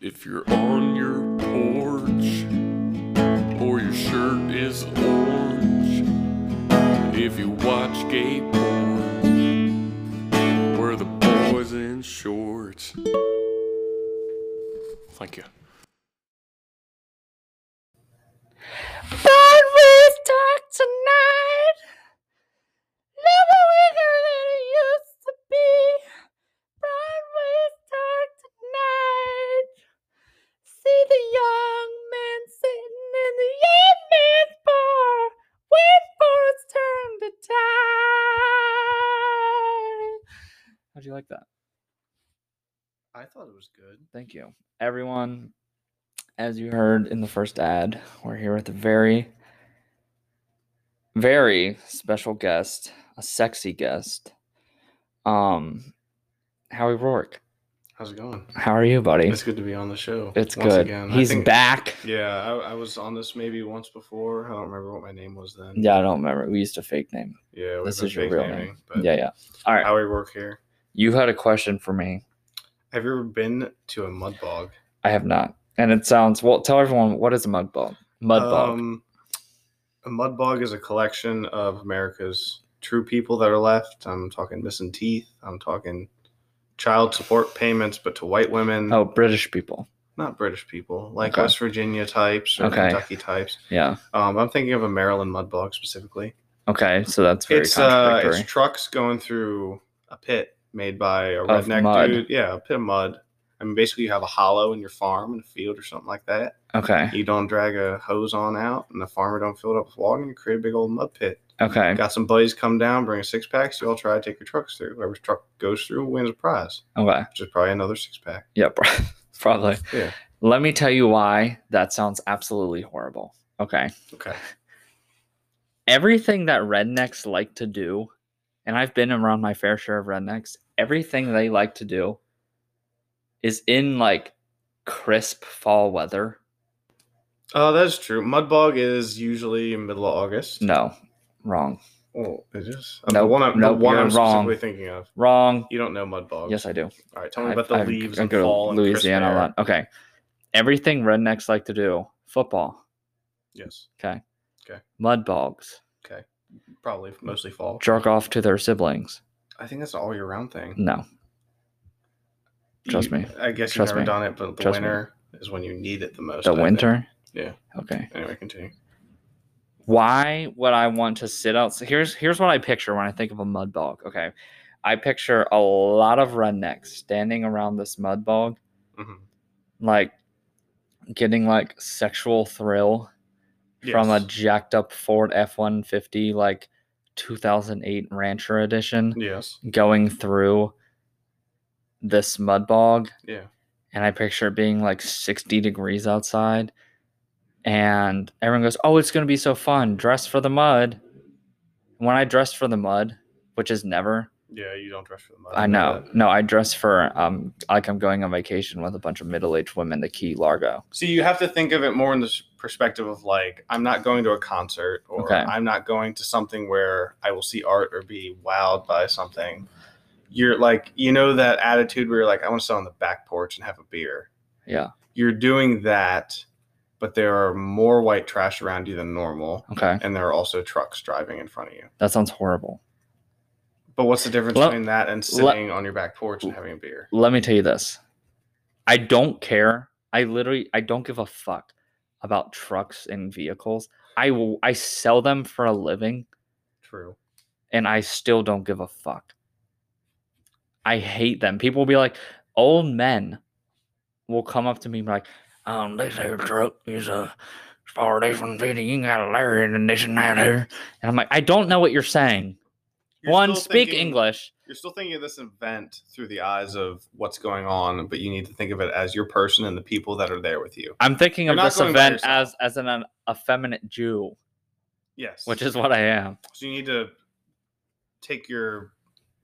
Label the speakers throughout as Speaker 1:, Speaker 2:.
Speaker 1: If you're on your porch or your shirt is orange, if you watch gay porn, we're the boys in shorts. Thank you.
Speaker 2: Born with dark tonight. Never weaker than it used to be. Born with dark tonight. See the young man sitting in the young man's bar. Wait for its turn to die.
Speaker 3: How'd you like that?
Speaker 4: I thought it was good.
Speaker 3: Thank you. Everyone, as you heard in the first ad, we're here with a very, very special guest, a sexy guest. Um, Howie Rourke.
Speaker 4: How's it going?
Speaker 3: How are you, buddy?
Speaker 4: It's good to be on the show.
Speaker 3: It's
Speaker 4: once
Speaker 3: good.
Speaker 4: Again. I
Speaker 3: He's
Speaker 4: think-
Speaker 3: back.
Speaker 4: Yeah, I, I was on this maybe once before. I don't remember what my name was then.
Speaker 3: Yeah, I don't remember. We used to fake name.
Speaker 4: Yeah, we've
Speaker 3: This
Speaker 4: been
Speaker 3: is your
Speaker 4: fake
Speaker 3: real name.
Speaker 4: naming, But
Speaker 3: yeah, yeah. All right.
Speaker 4: How we work here.
Speaker 3: You had a question for me.
Speaker 4: Have you ever been to a mud bog?
Speaker 3: I have not. And it sounds well, tell everyone what is a mud bog? Mud bog.
Speaker 4: Um, a mud bog is a collection of America's true people that are left. I'm talking missing teeth. I'm talking child support payments, but to white women,
Speaker 3: oh, British people.
Speaker 4: not British people, like
Speaker 3: Okay.
Speaker 4: West Virginia types or
Speaker 3: Okay.
Speaker 4: Kentucky types.
Speaker 3: Yeah.
Speaker 4: Um, I'm thinking of a Maryland mud bog specifically.
Speaker 3: Okay. So that's very
Speaker 4: it's uh,
Speaker 3: contradictory.
Speaker 4: it's trucks going through a pit made by a
Speaker 3: Of
Speaker 4: redneck
Speaker 3: mud.
Speaker 4: dude. Yeah, a pit of mud. I mean, basically, you have a hollow in your farm and a field or something like that.
Speaker 3: okay.
Speaker 4: You don't drag a hose on out, and the farmer don't fill it up with water, and you create a big old mud pit.
Speaker 3: Okay.
Speaker 4: Got some buddies come down, bring a six pack. You all try to take your trucks through. Whoever's truck goes through wins a prize,
Speaker 3: Okay.
Speaker 4: which is probably another six pack.
Speaker 3: Yeah. pro- Probably.
Speaker 4: Yeah.
Speaker 3: Let me tell you why that sounds absolutely horrible. Okay.
Speaker 4: Okay.
Speaker 3: Everything that rednecks like to do, and I've been around my fair share of rednecks, everything they like to do is in like crisp fall weather.
Speaker 4: Oh, that's true. Mud bog is usually middle of August.
Speaker 3: No, wrong.
Speaker 4: Oh, it is.
Speaker 3: Nope,
Speaker 4: the one I'm,
Speaker 3: nope,
Speaker 4: the one
Speaker 3: you're
Speaker 4: I'm
Speaker 3: wrong.
Speaker 4: specifically thinking of.
Speaker 3: Wrong.
Speaker 4: You don't know mud bogs.
Speaker 3: Yes, I do.
Speaker 4: All right, tell me
Speaker 3: I-
Speaker 4: about the
Speaker 3: I-
Speaker 4: leaves
Speaker 3: I
Speaker 4: and
Speaker 3: go to
Speaker 4: fall and
Speaker 3: Louisiana a
Speaker 4: crisp air.
Speaker 3: lot. Okay. Everything rednecks like to do football,
Speaker 4: Yes,
Speaker 3: mud bogs,
Speaker 4: probably mostly fall.
Speaker 3: jerk off to their siblings.
Speaker 4: I think that's an all year round thing.
Speaker 3: No. Mm, Trust
Speaker 4: You-
Speaker 3: me.
Speaker 4: I guess you've
Speaker 3: Trust
Speaker 4: never
Speaker 3: me.
Speaker 4: done it, but the
Speaker 3: Trust me.
Speaker 4: winter is when you need it the most.
Speaker 3: The
Speaker 4: I think.
Speaker 3: winter?
Speaker 4: Yeah.
Speaker 3: Okay.
Speaker 4: Anyway, continue.
Speaker 3: Why would I want to sit out? so here's here's what I picture when I think of a mud bog. Okay. I picture a lot of rednecks standing around this mud bog,
Speaker 4: Mm-hmm.
Speaker 3: like getting like sexual thrill from a jacked up Ford F one fifty like 2008 Rancher edition
Speaker 4: yes,
Speaker 3: going through this mud bog
Speaker 4: yeah.
Speaker 3: and I picture it being like 60 degrees outside. And everyone goes, Oh, it's going to be so fun. Dress for the mud. When I dress for the mud, which is never,
Speaker 4: Yeah, you don't dress for the mud.
Speaker 3: I know. No, I dress for um like I'm going on vacation with a bunch of middle aged women to Key Largo.
Speaker 4: So you have to think of it more in the s- perspective of like, I'm not going to a concert or
Speaker 3: Okay.
Speaker 4: I'm not going to something where I will see art or be wowed by something. You're like, you know, that attitude where you're like, I want to sit on the back porch and have a beer.
Speaker 3: Yeah.
Speaker 4: You're doing that, but there are more white trash around you than normal.
Speaker 3: Okay.
Speaker 4: And there are also trucks driving in front of you.
Speaker 3: That sounds horrible.
Speaker 4: But what's the difference
Speaker 3: Let-
Speaker 4: between that and sitting on your back porch and having a beer?
Speaker 3: Let me tell you this I don't care. I literally, I don't give a fuck about trucks and vehicles. I, will- I sell them for a living.
Speaker 4: True.
Speaker 3: and I still don't give a fuck. I hate them. People will be like, old men will come up to me and be like, um, this here truck is a as far as this one's fitting, you got a lariat and this and that here. And I'm like, I don't know what you're saying. One, speak English.
Speaker 4: You're still thinking of this event through the eyes of what's going on, but you need to think of it as your person and the people that are there with you.
Speaker 3: I'm thinking
Speaker 4: You're
Speaker 3: of
Speaker 4: not
Speaker 3: this
Speaker 4: going by
Speaker 3: event
Speaker 4: yourself.
Speaker 3: as as an, an effeminate Jew,
Speaker 4: Yes.
Speaker 3: which is what I am.
Speaker 4: so you need to take your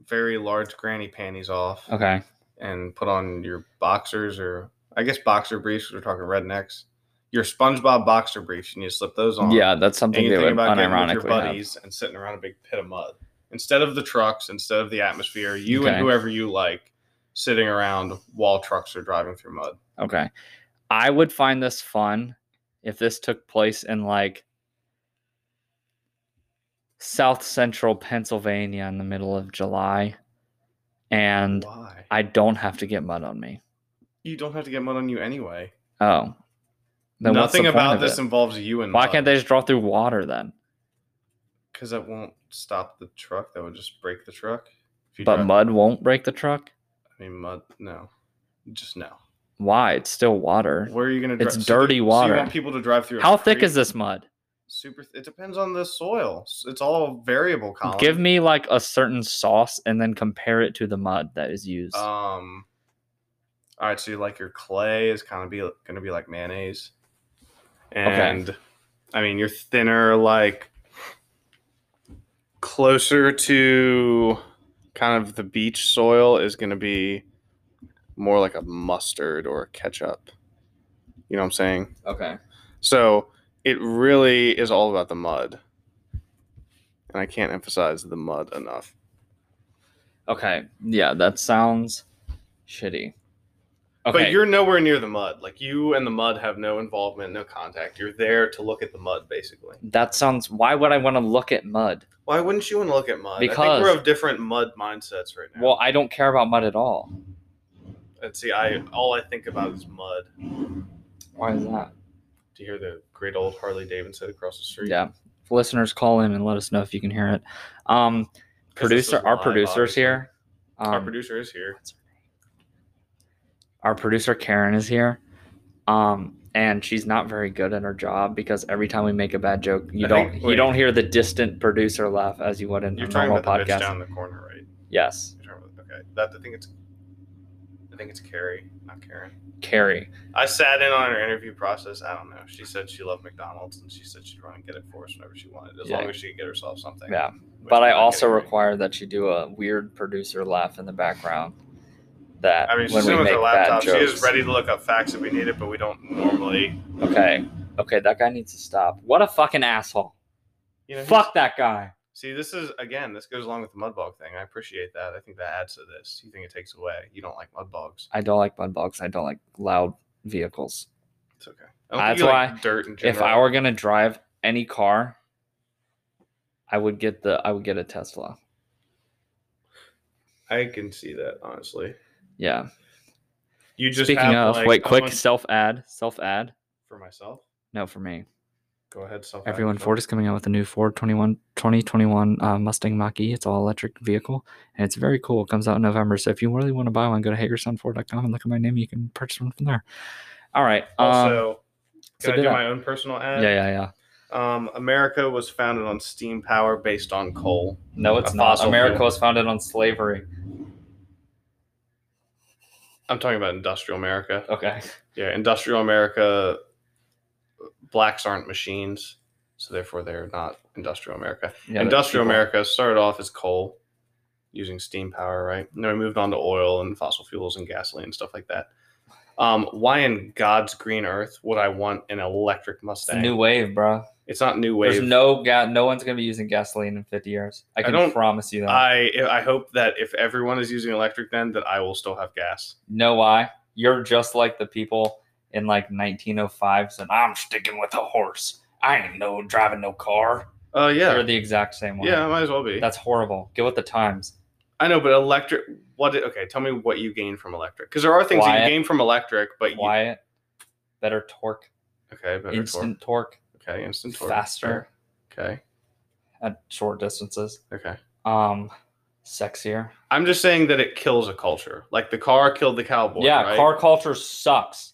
Speaker 4: very large granny panties off
Speaker 3: Okay.
Speaker 4: and put on your boxers or I guess boxer briefs. 'cause We're talking rednecks. Your SpongeBob boxer briefs. You need to slip those on.
Speaker 3: Yeah, that's
Speaker 4: And
Speaker 3: something
Speaker 4: you
Speaker 3: they
Speaker 4: think
Speaker 3: would
Speaker 4: about getting with your
Speaker 3: unironically have.
Speaker 4: buddies and sitting around a big pit of mud instead of the trucks, instead of the atmosphere. You
Speaker 3: Okay.
Speaker 4: and whoever you like sitting around while trucks are driving through mud.
Speaker 3: Okay. I would find this fun if this took place in like South Central Pennsylvania in the middle of July and
Speaker 4: Why?
Speaker 3: I don't have to get mud on me.
Speaker 4: You don't have to get mud on you anyway.
Speaker 3: Oh. Then what's the
Speaker 4: Nothing
Speaker 3: point
Speaker 4: about
Speaker 3: of
Speaker 4: this
Speaker 3: it?
Speaker 4: involves you and
Speaker 3: Why can't they just draw through water then?
Speaker 4: Because that won't stop the truck. That would just break the truck. If you
Speaker 3: But
Speaker 4: drive-
Speaker 3: mud won't break the truck?
Speaker 4: I mean, mud. No, just no.
Speaker 3: Why? It's still water.
Speaker 4: Where are you going to?
Speaker 3: It's dirty
Speaker 4: So
Speaker 3: water.
Speaker 4: you want people to drive through? a
Speaker 3: How thick
Speaker 4: creek?
Speaker 3: is this mud?
Speaker 4: Super. Th- it depends on the soil. S- It's all variable. Colin.
Speaker 3: Give me like a certain sauce and then compare it to the mud that is used.
Speaker 4: Um. All right, so you like your clay is kind of be going to be like mayonnaise, and I mean you're thinner, like closer to kind of the beach soil is going to be more like a mustard or a ketchup. You know what I'm saying?
Speaker 3: okay.
Speaker 4: So it really is all about the mud, and I can't emphasize the mud enough.
Speaker 3: Okay. Yeah, that sounds shitty. Okay.
Speaker 4: But you're nowhere near the mud. Like you and the mud have no involvement, no contact. You're there to look at the mud, basically.
Speaker 3: that sounds why would I want to look at mud?
Speaker 4: Why wouldn't you want to look at mud? I
Speaker 3: Because-
Speaker 4: think we're of different mud mindsets right now.
Speaker 3: Well, I don't care about mud at all.
Speaker 4: and see, I all I think about is mud.
Speaker 3: Why is that?
Speaker 4: Do you hear the great old Harley Davidson across the street?
Speaker 3: Yeah. Listeners call in and let us know if you can hear it. Um
Speaker 4: Because this
Speaker 3: producer
Speaker 4: is
Speaker 3: our
Speaker 4: live,
Speaker 3: producer's
Speaker 4: obviously.
Speaker 3: here. Um,
Speaker 4: Our producer is here.
Speaker 3: our producer Karen is here. Um and she's not very good at her job because every time we make a bad joke, you
Speaker 4: I
Speaker 3: don't
Speaker 4: think-
Speaker 3: you
Speaker 4: wait.
Speaker 3: don't hear the distant producer laugh as you would in
Speaker 4: You're
Speaker 3: a
Speaker 4: talking
Speaker 3: normal
Speaker 4: about the bitch
Speaker 3: podcast.
Speaker 4: down the corner, right?
Speaker 3: Yes,
Speaker 4: You're talking about, okay. That I think it's I think it's Carrie, not Karen.
Speaker 3: Carrie.
Speaker 4: I sat in on her interview process. I don't know. She said she loved McDonald's and she said she'd run and get it for us whenever she wanted, as
Speaker 3: Yeah.
Speaker 4: long as she could get herself something.
Speaker 3: Yeah.
Speaker 4: which
Speaker 3: But
Speaker 4: I'm
Speaker 3: I
Speaker 4: not
Speaker 3: also
Speaker 4: getting right
Speaker 3: require that you do a weird producer laugh in the background. That
Speaker 4: I mean,
Speaker 3: when
Speaker 4: she's
Speaker 3: we
Speaker 4: in with
Speaker 3: make
Speaker 4: her
Speaker 3: bad
Speaker 4: laptop. She is
Speaker 3: jokes.
Speaker 4: ready to look up facts if we need it, but we don't normally.
Speaker 3: Okay, okay, that guy needs to stop. What a fucking asshole!
Speaker 4: You know,
Speaker 3: Fuck that guy.
Speaker 4: See, this is again. This goes along with the mudbog thing. I appreciate that. I think that adds to this. You think it takes away? You don't like mudbogs?
Speaker 3: I don't like mud bugs. I don't like loud vehicles.
Speaker 4: It's okay. I don't
Speaker 3: That's
Speaker 4: think you
Speaker 3: why
Speaker 4: like dirt in
Speaker 3: If
Speaker 4: general.
Speaker 3: I were gonna drive any car, I would get the I would get a Tesla.
Speaker 4: I can see that honestly.
Speaker 3: Yeah.
Speaker 4: You just
Speaker 3: Speaking
Speaker 4: have,
Speaker 3: of,
Speaker 4: like,
Speaker 3: wait,
Speaker 4: I
Speaker 3: quick
Speaker 4: want-
Speaker 3: self ad, self ad.
Speaker 4: for myself.
Speaker 3: No, for me.
Speaker 4: Go ahead, self.
Speaker 3: Everyone, Ford is coming out with a new Ford 21, 2021 uh, Mustang Mach E. It's all electric vehicle, and it's very cool. It comes out in November. So if you really want to buy one, go to hateyoursunford.com and look at my name. You can purchase one from there. All right. um,
Speaker 4: Also,
Speaker 3: so
Speaker 4: can I
Speaker 3: did
Speaker 4: do
Speaker 3: I-
Speaker 4: my own personal
Speaker 3: yeah,
Speaker 4: ad?
Speaker 3: yeah, yeah.
Speaker 4: Um, America was founded on steam power based on coal.
Speaker 3: No, it's
Speaker 4: A
Speaker 3: not.
Speaker 4: fossil
Speaker 3: America
Speaker 4: fuel.
Speaker 3: was founded on slavery.
Speaker 4: I'm talking about industrial America.
Speaker 3: Okay.
Speaker 4: Yeah, industrial America, blacks aren't machines, so therefore they're not industrial America.
Speaker 3: Yeah,
Speaker 4: industrial
Speaker 3: people-
Speaker 4: America started off as coal, using steam power, right? And then we moved on to oil and fossil fuels and gasoline and stuff like that. Um, why in God's green earth would I want an electric
Speaker 3: It's a
Speaker 4: Mustang?
Speaker 3: new wave, bro.
Speaker 4: It's not new wave.
Speaker 3: There's no ga- No one's gonna be using gasoline in 50 years. I can
Speaker 4: don't-
Speaker 3: promise you that.
Speaker 4: I I hope that if everyone is using electric, then that I will still have gas.
Speaker 3: know why? You're just like the people in like 1905 said, "I'm sticking with a horse. I ain't no driving no car."
Speaker 4: Oh yeah,
Speaker 3: You're the exact same one.
Speaker 4: yeah, I might as well be.
Speaker 3: That's horrible. Get with the times.
Speaker 4: I know, but electric. What? Did, okay, tell me what you gain from electric, because there are things that
Speaker 3: Quiet.
Speaker 4: you gain from electric, but you,
Speaker 3: Quiet, better torque,
Speaker 4: okay, better
Speaker 3: instant torque,
Speaker 4: torque. Okay, instant torque.
Speaker 3: faster
Speaker 4: Okay,
Speaker 3: at short distances.
Speaker 4: okay.
Speaker 3: Um, sexier.
Speaker 4: I'm just saying that it kills a culture. Like the car killed the cowboy.
Speaker 3: yeah,
Speaker 4: right?
Speaker 3: car culture sucks.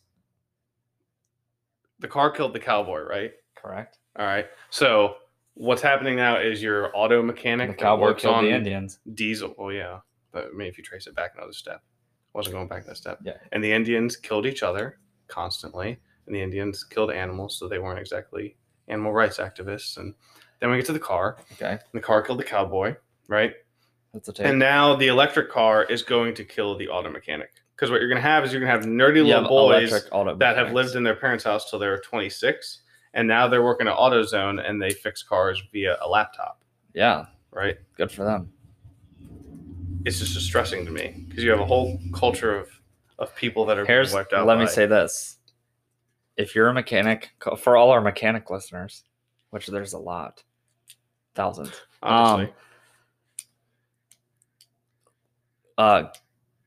Speaker 4: The car killed the cowboy, right?
Speaker 3: Correct.
Speaker 4: All right. So what's happening now is your auto mechanic
Speaker 3: The
Speaker 4: that
Speaker 3: cowboy
Speaker 4: works
Speaker 3: killed
Speaker 4: on
Speaker 3: the Indians.
Speaker 4: diesel. Well, yeah. But, I mean, if you trace it back another step, wasn't going back that step.
Speaker 3: Yeah.
Speaker 4: And the Indians killed each other constantly, and the Indians killed animals, so they weren't exactly animal rights activists. And then we get to the car.
Speaker 3: Okay,
Speaker 4: And the car killed the cowboy, right?
Speaker 3: that's a take.
Speaker 4: And now the electric car is going to kill the auto mechanic. Because what you're going to have is you're going to have nerdy
Speaker 3: Yeah,
Speaker 4: little boys
Speaker 3: electric auto
Speaker 4: that have
Speaker 3: mechanics.
Speaker 4: lived in their parents' house till they're 26, and now they're working at AutoZone and they fix cars via a laptop,
Speaker 3: Yeah,
Speaker 4: right?
Speaker 3: good for them.
Speaker 4: it's just distressing to me because you have a whole culture of of people that are being
Speaker 3: Here's
Speaker 4: wiped out.
Speaker 3: let me
Speaker 4: by-
Speaker 3: say this: if you're a mechanic, co- for all our mechanic listeners, which there's a lot, thousands,
Speaker 4: obviously.
Speaker 3: um, uh,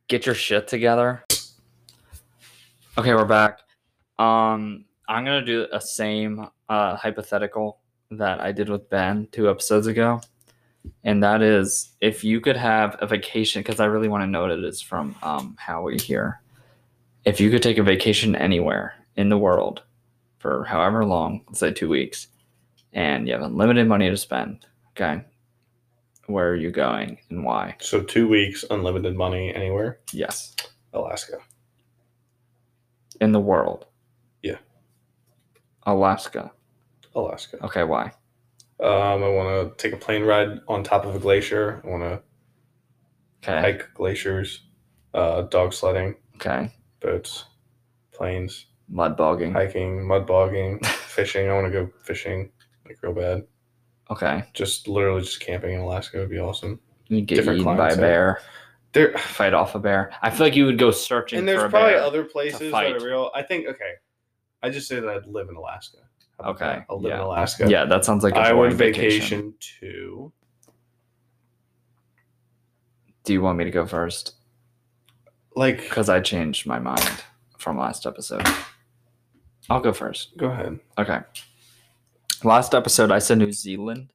Speaker 3: get your shit together. Okay, we're back. Um, I'm gonna do a same uh, hypothetical that I did with Ben two episodes ago, and that is if you could have a vacation, because I really want to know what it is from um, Howie here. If you could take a vacation anywhere in the world for however long, let's say two weeks, and you have unlimited money to spend, okay, where are you going and why?
Speaker 4: so two weeks, unlimited money anywhere,
Speaker 3: Yes,
Speaker 4: Alaska.
Speaker 3: in the world.
Speaker 4: Yeah.
Speaker 3: Alaska.
Speaker 4: Alaska.
Speaker 3: Okay, why?
Speaker 4: Um, I want to take a plane ride on top of a glacier. I want to
Speaker 3: Okay.
Speaker 4: hike glaciers, uh, dog sledding,
Speaker 3: okay.
Speaker 4: boats, planes,
Speaker 3: Mud bogging.
Speaker 4: hiking, mud bogging, fishing. I want to go fishing like real bad.
Speaker 3: Okay.
Speaker 4: Just literally just camping in Alaska would be awesome.
Speaker 3: You get
Speaker 4: Different
Speaker 3: eaten by a
Speaker 4: climate, yeah.
Speaker 3: bear.
Speaker 4: There
Speaker 3: Fight off a bear. I feel like you would go searching
Speaker 4: and
Speaker 3: for
Speaker 4: there's
Speaker 3: a
Speaker 4: probably
Speaker 3: bear.
Speaker 4: other places that
Speaker 3: fight.
Speaker 4: are real. I think okay. I just say that I'd live in Alaska. How about
Speaker 3: Okay,
Speaker 4: that? I'll live in
Speaker 3: yeah.
Speaker 4: Alaska.
Speaker 3: Yeah, that sounds like a
Speaker 4: I
Speaker 3: boring
Speaker 4: would vacation, to
Speaker 3: Do you want me to go first?
Speaker 4: like
Speaker 3: Because I changed my mind from last episode. I'll go first.
Speaker 4: go ahead.
Speaker 3: Okay. Last episode, I said New Zealand.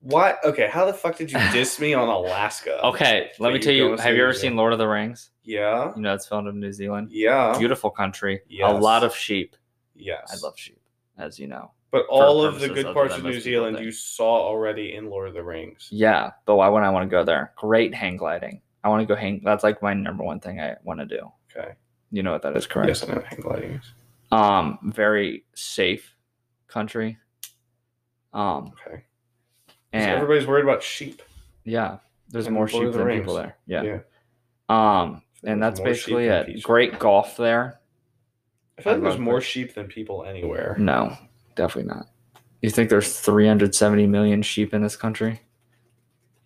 Speaker 4: What? Okay, how the fuck did you diss me on Alaska?
Speaker 3: Okay, let
Speaker 4: So
Speaker 3: me
Speaker 4: you
Speaker 3: tell
Speaker 4: go
Speaker 3: you.
Speaker 4: and say
Speaker 3: Have you
Speaker 4: New
Speaker 3: ever
Speaker 4: Zealand.
Speaker 3: seen Lord of the Rings?
Speaker 4: Yeah.
Speaker 3: You know, it's filmed in New Zealand.
Speaker 4: Yeah.
Speaker 3: Beautiful country. A
Speaker 4: Oh. Yes.
Speaker 3: lot of sheep.
Speaker 4: Yes.
Speaker 3: I love sheep, as you know.
Speaker 4: But all of the
Speaker 3: purposes
Speaker 4: good
Speaker 3: other
Speaker 4: parts
Speaker 3: than
Speaker 4: of
Speaker 3: most
Speaker 4: New
Speaker 3: people
Speaker 4: Zealand
Speaker 3: think.
Speaker 4: you saw already in Lord of the Rings.
Speaker 3: Yeah, but why wouldn't I want to go there? Great hang gliding. I want to go hang. That's like my number one thing I want to do.
Speaker 4: Okay.
Speaker 3: You know what that is, correct?
Speaker 4: Yes, I know hang gliding. is-
Speaker 3: Um, very safe country. Um,
Speaker 4: Okay. 'Cause
Speaker 3: and
Speaker 4: Everybody's worried about sheep.
Speaker 3: yeah, there's
Speaker 4: and
Speaker 3: more
Speaker 4: Lord of
Speaker 3: sheep
Speaker 4: the
Speaker 3: than people
Speaker 4: Rings.
Speaker 3: there. Yeah. Um, and that's
Speaker 4: There's more sheep
Speaker 3: basically
Speaker 4: than
Speaker 3: it.
Speaker 4: peas.
Speaker 3: Great golf there.
Speaker 4: I feel
Speaker 3: I
Speaker 4: like there's
Speaker 3: love Mm.
Speaker 4: more
Speaker 3: that.
Speaker 4: sheep than people anywhere.
Speaker 3: No, definitely not. You think there's 370 million sheep in this country?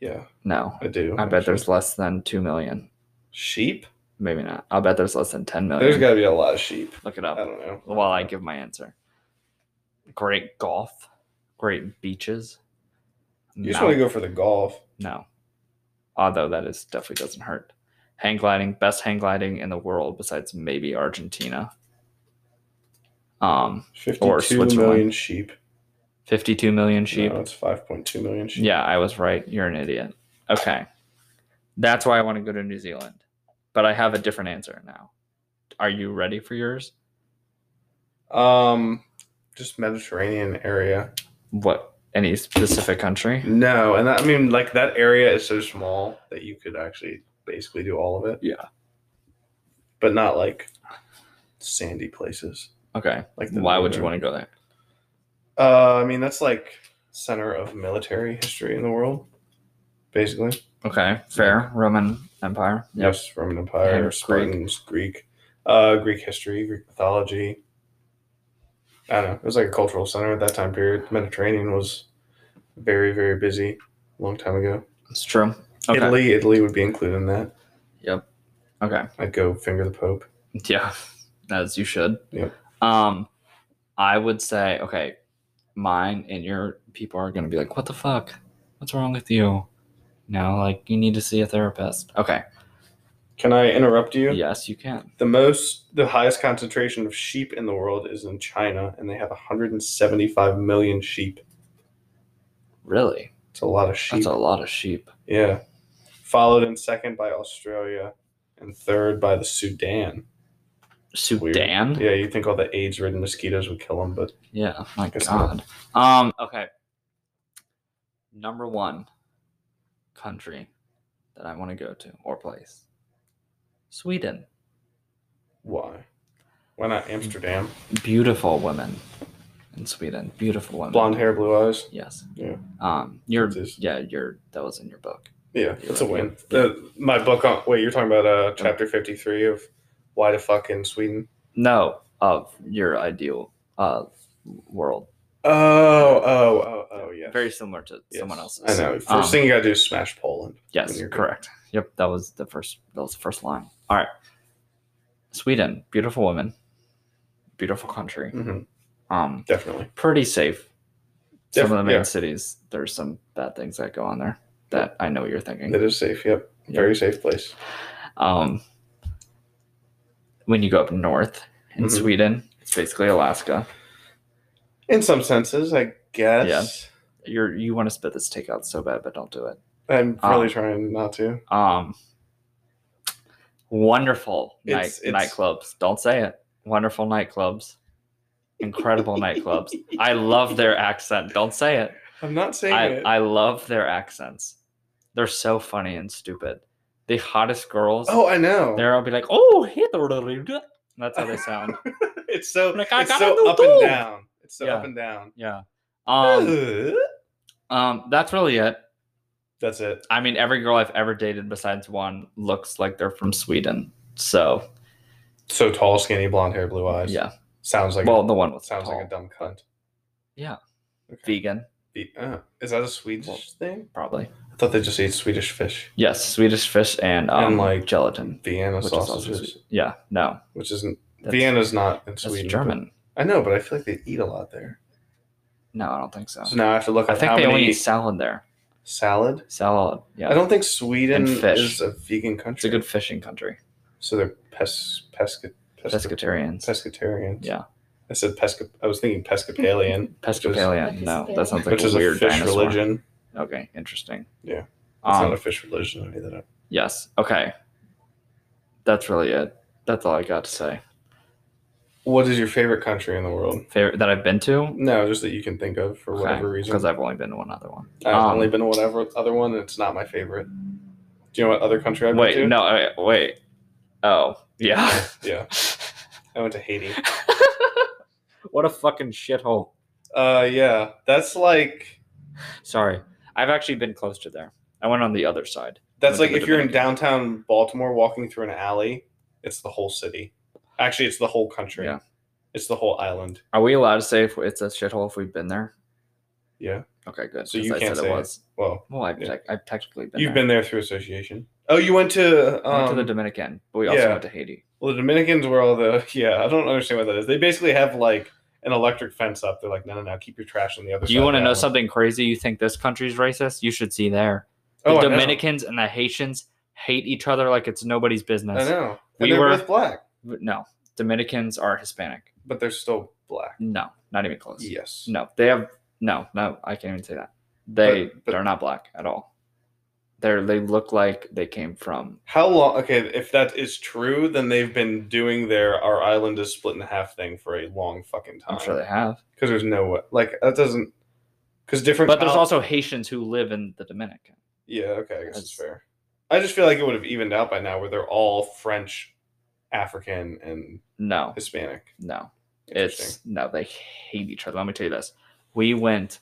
Speaker 4: Yeah,
Speaker 3: No,
Speaker 4: I do.
Speaker 3: I bet there's
Speaker 4: actually.
Speaker 3: less than two million.
Speaker 4: sheep.
Speaker 3: Maybe not. I'll bet there's less than 10 million.
Speaker 4: There's got to be a lot of sheep.
Speaker 3: Look it
Speaker 4: I
Speaker 3: up.
Speaker 4: don't know.
Speaker 3: while I give my answer. Great golf, great beaches.
Speaker 4: you just want to
Speaker 3: mount-
Speaker 4: go for the golf.
Speaker 3: No, although that is definitely doesn't hurt. Hang gliding, best hang gliding in the world besides maybe Argentina. Um, Or
Speaker 4: Fifty-two
Speaker 3: Switzerland.
Speaker 4: million sheep.
Speaker 3: fifty-two million sheep.
Speaker 4: No, it's five point two million sheep.
Speaker 3: Yeah, I was right. You're an idiot. Okay, that's why I want to go to New Zealand, but I have a different answer now. Are you ready for yours?
Speaker 4: Um, just Mediterranean area.
Speaker 3: What? Any specific country?
Speaker 4: No, and that, I mean like that area is so small that you could actually basically do all of it.
Speaker 3: Yeah.
Speaker 4: But not like sandy places.
Speaker 3: Okay.
Speaker 4: Like the
Speaker 3: Why would you
Speaker 4: northern-
Speaker 3: want to go there?
Speaker 4: Uh, I mean, that's like center of military history in the world, basically.
Speaker 3: Okay, fair. Roman Empire. Yep.
Speaker 4: Yes, Roman Empire,
Speaker 3: Greek.
Speaker 4: Spartans, Greek, uh, Greek history, Greek mythology. I don't know. It was like a cultural center at that time period. Mediterranean was very, very busy a long time ago.
Speaker 3: It's true. Okay.
Speaker 4: Italy, Italy would be included in that.
Speaker 3: Yep. Okay.
Speaker 4: I'd go finger the Pope.
Speaker 3: Yeah. As you should.
Speaker 4: Yep.
Speaker 3: Um, I would say, okay, mine and your people are gonna be like, what the fuck? What's wrong with you? No, like you need to see a therapist. Okay.
Speaker 4: Can I interrupt you?
Speaker 3: Yes, you can.
Speaker 4: The most, the highest concentration of sheep in the world is in China, and they have 175 million sheep.
Speaker 3: Really?
Speaker 4: It's a lot of sheep.
Speaker 3: That's a lot of sheep.
Speaker 4: Yeah. Followed in second by Australia and third by the Sudan. Weird.
Speaker 3: Sudan?
Speaker 4: Yeah, you'd think all the AIDS ridden mosquitoes would kill them, but
Speaker 3: Yeah, oh my
Speaker 4: Guess
Speaker 3: God. Um, okay. Number one country that I want to go to or place. Sweden.
Speaker 4: why? Why not Amsterdam?
Speaker 3: Beautiful women in Sweden. Beautiful women.
Speaker 4: Blonde hair, blue eyes.
Speaker 3: Yes.
Speaker 4: Yeah.
Speaker 3: Um, you're,
Speaker 4: It is.
Speaker 3: yeah, you're, that was in your book.
Speaker 4: Yeah,
Speaker 3: You're
Speaker 4: it's a
Speaker 3: right.
Speaker 4: win. Uh, my book on, wait, you're talking about uh, chapter 53 of Why the Fuck in Sweden?
Speaker 3: No, of your ideal uh, world.
Speaker 4: Oh, oh, oh, oh, yes.
Speaker 3: Very similar to
Speaker 4: Yes.
Speaker 3: someone else's.
Speaker 4: I know. First
Speaker 3: Um,
Speaker 4: thing you gotta do is smash Poland. when
Speaker 3: Yes,
Speaker 4: you're-
Speaker 3: correct. Yep, that was the first. That was the first line. All right. Sweden, beautiful women, beautiful country.
Speaker 4: Mhm,
Speaker 3: Um,
Speaker 4: definitely.
Speaker 3: pretty safe. some of the
Speaker 4: Def-
Speaker 3: main
Speaker 4: yeah.
Speaker 3: cities, there's some bad things that go on there that I know you're thinking.
Speaker 4: It is safe. Yep. Very safe place.
Speaker 3: Um, when you go up north in
Speaker 4: Mhm.
Speaker 3: Sweden, it's basically Alaska.
Speaker 4: In some senses, I guess.
Speaker 3: You're you want to spit this takeout so bad, but don't do it.
Speaker 4: I'm really
Speaker 3: Um,
Speaker 4: trying not to.
Speaker 3: Um, wonderful night,
Speaker 4: It's- it's-
Speaker 3: nightclubs. Don't say it. Wonderful nightclubs. Incredible nightclubs. I love their accent. Don't say it.
Speaker 4: I'm not saying
Speaker 3: I,
Speaker 4: it.
Speaker 3: I love their accents. They're so funny and stupid. The hottest girls.
Speaker 4: oh, I know.
Speaker 3: They're all be like, oh, Hitler." that's how they sound.
Speaker 4: it's so
Speaker 3: Like, I
Speaker 4: it's
Speaker 3: gotta
Speaker 4: so
Speaker 3: do
Speaker 4: up
Speaker 3: too.
Speaker 4: and down. It's so
Speaker 3: Yeah.
Speaker 4: up and down.
Speaker 3: Yeah. Um, um, that's really it.
Speaker 4: That's it.
Speaker 3: I mean, every girl I've ever dated besides one looks like they're from Sweden. So
Speaker 4: So tall, skinny, blonde hair, blue eyes.
Speaker 3: yeah.
Speaker 4: Sounds like
Speaker 3: well, the one with
Speaker 4: sounds like
Speaker 3: tall.
Speaker 4: a dumb cunt.
Speaker 3: Yeah.
Speaker 4: Okay.
Speaker 3: vegan,
Speaker 4: Be- uh, is that a Swedish
Speaker 3: Well-
Speaker 4: thing?
Speaker 3: probably.
Speaker 4: I thought they just ate Swedish fish.
Speaker 3: Yes, Swedish fish and um,
Speaker 4: And, like,
Speaker 3: like gelatin,
Speaker 4: Vienna
Speaker 3: which is also
Speaker 4: sausages,
Speaker 3: Swe- yeah. No,
Speaker 4: which isn't
Speaker 3: that's,
Speaker 4: Vienna's not in
Speaker 3: that's
Speaker 4: Sweden. but-
Speaker 3: German.
Speaker 4: I know, but I feel like they eat a lot there.
Speaker 3: No, I don't think so.
Speaker 4: So now I have to look
Speaker 3: Oh. I
Speaker 4: up
Speaker 3: think
Speaker 4: how
Speaker 3: they
Speaker 4: many
Speaker 3: only eat salad there.
Speaker 4: salad.
Speaker 3: Salad,
Speaker 4: I
Speaker 3: yeah.
Speaker 4: don't think Sweden
Speaker 3: And fish.
Speaker 4: is a vegan
Speaker 3: It's a
Speaker 4: country.
Speaker 3: good fishing country.
Speaker 4: So they're pes- pesca- pesca-
Speaker 3: Pescatarians,
Speaker 4: pescatarians.
Speaker 3: Yeah.
Speaker 4: I said pesca. I was thinking pescapalian,
Speaker 3: pescapalian. No, that sounds like
Speaker 4: which
Speaker 3: a
Speaker 4: is
Speaker 3: weird
Speaker 4: a fish
Speaker 3: dinosaur.
Speaker 4: religion.
Speaker 3: Okay, interesting.
Speaker 4: Yeah. It's
Speaker 3: Um,
Speaker 4: not a fish religion. I made that up.
Speaker 3: yes. Okay. That's really it. That's all I got to say.
Speaker 4: What is your favorite country in the world?
Speaker 3: Favorite that I've been to.
Speaker 4: No, just that you can think of for whatever reason.
Speaker 3: Because I've only been to one other one.
Speaker 4: I've
Speaker 3: um,
Speaker 4: only been to whatever other one, and it's not my favorite. Do you know what other country I've
Speaker 3: Wait,
Speaker 4: been to?
Speaker 3: no, I- wait. Oh, yeah.
Speaker 4: Yeah, I went to Haiti.
Speaker 3: what a fucking shithole.
Speaker 4: Uh, yeah, that's like
Speaker 3: Sorry. I've actually been close to there. I went on the other side.
Speaker 4: that's
Speaker 3: Went to
Speaker 4: like
Speaker 3: the
Speaker 4: if you're in downtown Baltimore walking through an alley, it's the whole city. Actually, it's the whole country.
Speaker 3: Yeah.
Speaker 4: It's the whole island.
Speaker 3: Are we allowed to say if it's a shithole if we've been there?
Speaker 4: Yeah.
Speaker 3: Okay, good.
Speaker 4: So
Speaker 3: 'cause
Speaker 4: you
Speaker 3: I
Speaker 4: can't
Speaker 3: said
Speaker 4: say
Speaker 3: it
Speaker 4: it.
Speaker 3: was.
Speaker 4: Well,
Speaker 3: Well, I've,
Speaker 4: Yeah.
Speaker 3: tec- I've technically been
Speaker 4: you've
Speaker 3: there.
Speaker 4: been there through association. Oh, you went to um,
Speaker 3: I went to the Dominican, but we also
Speaker 4: yeah.
Speaker 3: went to Haiti.
Speaker 4: well, the Dominicans were all the yeah. I don't understand what that is. They basically have like an electric fence up. They're like, no, no, no, keep your trash on the other.
Speaker 3: Do you
Speaker 4: side of
Speaker 3: want to
Speaker 4: that
Speaker 3: know
Speaker 4: one."
Speaker 3: something crazy? You think this country's racist? You should see there. The
Speaker 4: Oh, I know.
Speaker 3: Dominicans and the Haitians hate each other like it's nobody's business.
Speaker 4: I know.
Speaker 3: We
Speaker 4: and they're
Speaker 3: were-
Speaker 4: both black,
Speaker 3: But No, Dominicans are Hispanic.
Speaker 4: but they're still black.
Speaker 3: No, not even close.
Speaker 4: Yes.
Speaker 3: No, they have no, no. I can't even say that. They
Speaker 4: But- but-
Speaker 3: they're not black at all. They're they look like they came from.
Speaker 4: How long? Okay, if that is true, then they've been doing their "our island is split in half" thing for a long fucking time.
Speaker 3: I'm sure they have,
Speaker 4: Because there's no way, like that doesn't. Because different.
Speaker 3: but there's
Speaker 4: col-
Speaker 3: also Haitians who live in the Dominican.
Speaker 4: Yeah. Okay, I guess
Speaker 3: That's-
Speaker 4: it's fair. I just feel like it would have evened out by now, where they're all French, African, and
Speaker 3: No,
Speaker 4: Hispanic.
Speaker 3: no,
Speaker 4: Interesting.
Speaker 3: it's no. They hate each other. Let me tell you this. We went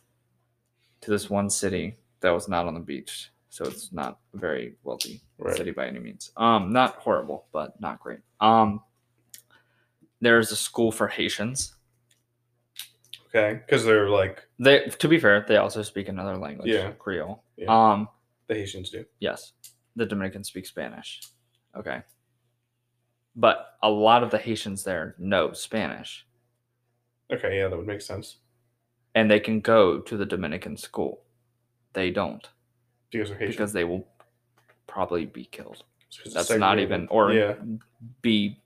Speaker 3: to this one city that was not on the beach, so it's not a very wealthy
Speaker 4: Right.
Speaker 3: city by any means. Um, not horrible, but not great. Um, there's a school for Haitians.
Speaker 4: Okay, because they're like
Speaker 3: They, to be fair, they also speak another language,
Speaker 4: Yeah.
Speaker 3: Creole.
Speaker 4: Yeah.
Speaker 3: Um,
Speaker 4: the Haitians do.
Speaker 3: yes, the Dominicans speak Spanish. Okay, but a lot of the Haitians there know Spanish,
Speaker 4: Okay, yeah, that would make sense
Speaker 3: and they can go to the Dominican school. They don't
Speaker 4: because they're Haitian.
Speaker 3: because they will probably be killed.
Speaker 4: It's 'cause it's
Speaker 3: That's not
Speaker 4: segregated.
Speaker 3: even or
Speaker 4: yeah.
Speaker 3: be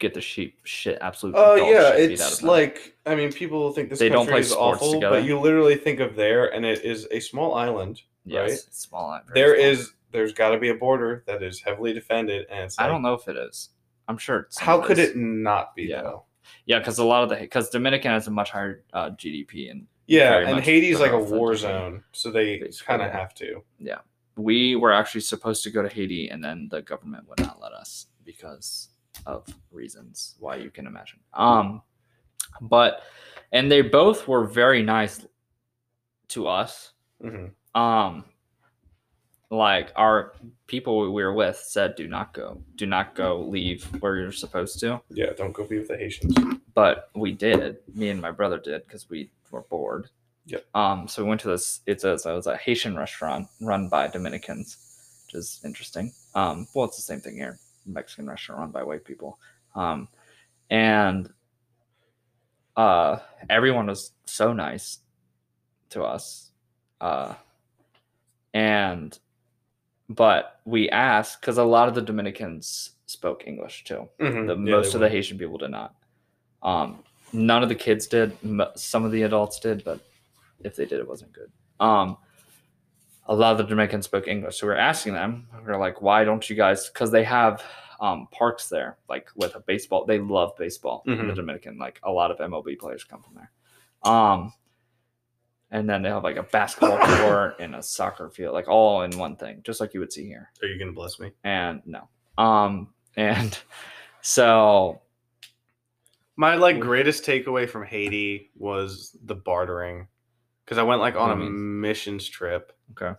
Speaker 3: get the sheep shit absolute.
Speaker 4: Oh
Speaker 3: dog shit
Speaker 4: yeah,
Speaker 3: beat out of
Speaker 4: it's
Speaker 3: them.
Speaker 4: like I mean, people think this
Speaker 3: They
Speaker 4: country
Speaker 3: don't play
Speaker 4: is
Speaker 3: sports
Speaker 4: awful,
Speaker 3: together.
Speaker 4: but you literally think of there, and it is a small island.
Speaker 3: yes,
Speaker 4: right?
Speaker 3: it's small. island, very
Speaker 4: There
Speaker 3: small.
Speaker 4: is, there's got to be a border that is heavily defended, and it's.
Speaker 3: I
Speaker 4: like,
Speaker 3: don't know if it is. I'm sure. It's
Speaker 4: How could it not be
Speaker 3: Yeah.
Speaker 4: though?
Speaker 3: Yeah, because a lot of the because Dominican has a much higher uh, GDP, and
Speaker 4: Yeah,
Speaker 3: Very
Speaker 4: and
Speaker 3: much
Speaker 4: Haiti's like a
Speaker 3: better off
Speaker 4: war
Speaker 3: than Japan,
Speaker 4: zone, so they
Speaker 3: basically,
Speaker 4: kind of
Speaker 3: yeah.
Speaker 4: have to.
Speaker 3: we were actually supposed to go to Haiti, and then the government would not let us because of reasons why you can imagine. Um, but and they both
Speaker 4: Mm-hmm.
Speaker 3: were very nice to us.
Speaker 4: Mhm.
Speaker 3: Um, like our people we were with said, do not go, do not go, leave where you're supposed to.
Speaker 4: Yeah, don't go be with the Haitians. Mm-hmm.
Speaker 3: But we did. Me and my brother did because we were bored.
Speaker 4: Yep.
Speaker 3: Um. So we went to this. It's a. So it was a Haitian restaurant run by Dominicans, which is interesting. Um. Well, it's the same thing here. Mexican restaurant run by white people. Um, and uh, everyone was so nice to us. Uh, and but we asked because a lot of the Dominicans spoke English too.
Speaker 4: Mm,
Speaker 3: The, most of the Haitian people did not. Um, none of the kids did. M- Some of the adults did, but if they did, it wasn't good. Um, a lot of the Dominicans spoke English, so we are asking them. We are like, "Why don't you guys?" Because they have um, parks there, like with a baseball. They love baseball in the
Speaker 4: Mhm.
Speaker 3: Dominican. Like a lot of MLB players come from there. Um, and then they have like a basketball court and a soccer field, like all in one thing, just like you would see here
Speaker 4: Are you gonna bless me?
Speaker 3: and no um and so
Speaker 4: My like greatest takeaway from Haiti was the bartering, because I went like on
Speaker 3: What
Speaker 4: a
Speaker 3: do you mean?
Speaker 4: missions trip.
Speaker 3: Okay.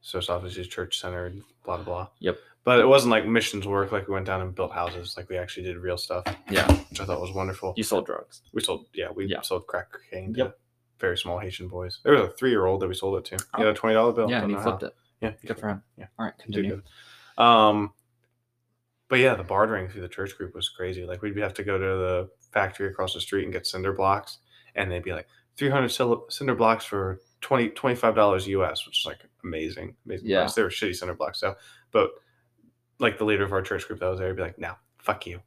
Speaker 4: So it's obviously church centered, blah blah blah.
Speaker 3: Yep.
Speaker 4: But it wasn't like missions work. Like we went down and built houses. Like we actually did real stuff,
Speaker 3: yeah
Speaker 4: which I thought was wonderful.
Speaker 3: you sold drugs
Speaker 4: We sold, yeah, we
Speaker 3: Yeah.
Speaker 4: sold crack cocaine to
Speaker 3: Yep.
Speaker 4: very small Haitian boys. There was a three year old that we sold it to. He had
Speaker 3: Oh.
Speaker 4: a twenty dollar bill.
Speaker 3: yeah and
Speaker 4: Don't
Speaker 3: he
Speaker 4: know
Speaker 3: flipped
Speaker 4: how.
Speaker 3: it
Speaker 4: Yeah, he
Speaker 3: good for him
Speaker 4: Yeah.
Speaker 3: all right
Speaker 4: he did
Speaker 3: continue
Speaker 4: good. Um, but yeah, the bartering through the church group was crazy. Like we'd have to go to the factory across the street and get cinder blocks, and they'd be like three hundred cinder blocks for 20 dollars US, which is like amazing, amazing.
Speaker 3: Yeah.
Speaker 4: price. they were shitty cinder blocks though. But like the leader of our church group that was there, would be like, "No, fuck you."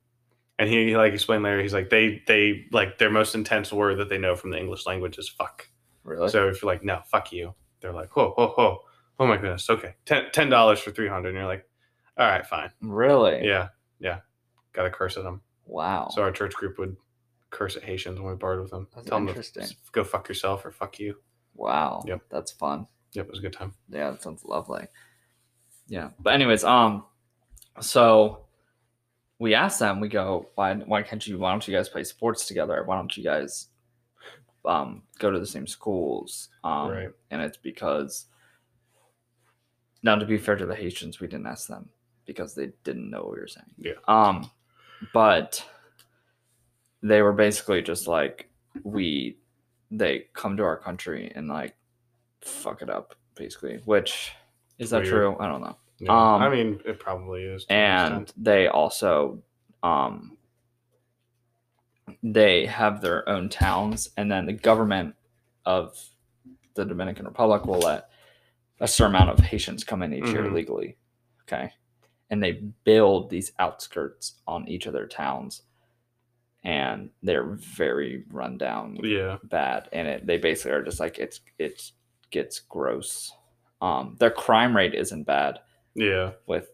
Speaker 4: And he he, like explained later, he's like, they they like their most intense word that they know from the English language is fuck.
Speaker 3: really
Speaker 4: So if you're like, no, fuck you, they're like, whoa, whoa, whoa, oh my goodness, okay, ten ten dollars for three hundred, and you're like, all right, fine,
Speaker 3: really
Speaker 4: yeah, yeah, gotta curse at them.
Speaker 3: wow
Speaker 4: So our church group would curse at Haitians when we barred with them.
Speaker 3: Oh. That's
Speaker 4: Tell 'em to
Speaker 3: interesting.
Speaker 4: s- go fuck yourself or fuck you.
Speaker 3: wow
Speaker 4: Yep.
Speaker 3: that's fun
Speaker 4: Yep, it was a good time.
Speaker 3: yeah that sounds lovely yeah but anyways um so we asked them we go why why can't you why don't you guys play sports together why don't you guys um go to the same schools um
Speaker 4: Right.
Speaker 3: and it's because now to be fair to the haitians we didn't ask them because they didn't know what we were saying
Speaker 4: Yeah.
Speaker 3: um but they were basically just like we they come to our country and like fuck it up basically which is that
Speaker 4: Weird.
Speaker 3: true i don't know
Speaker 4: Yeah.
Speaker 3: Um,
Speaker 4: I mean, it probably is. to an extent.
Speaker 3: and they also um they have their own towns and then the government of the dominican republic will let a certain amount of haitians come in each year
Speaker 4: Mhm.
Speaker 3: legally okay and they build these outskirts on each of their towns and they're very run down
Speaker 4: yeah,
Speaker 3: bad and it they basically are just like it's it gets gross um their crime rate isn't bad
Speaker 4: yeah,
Speaker 3: with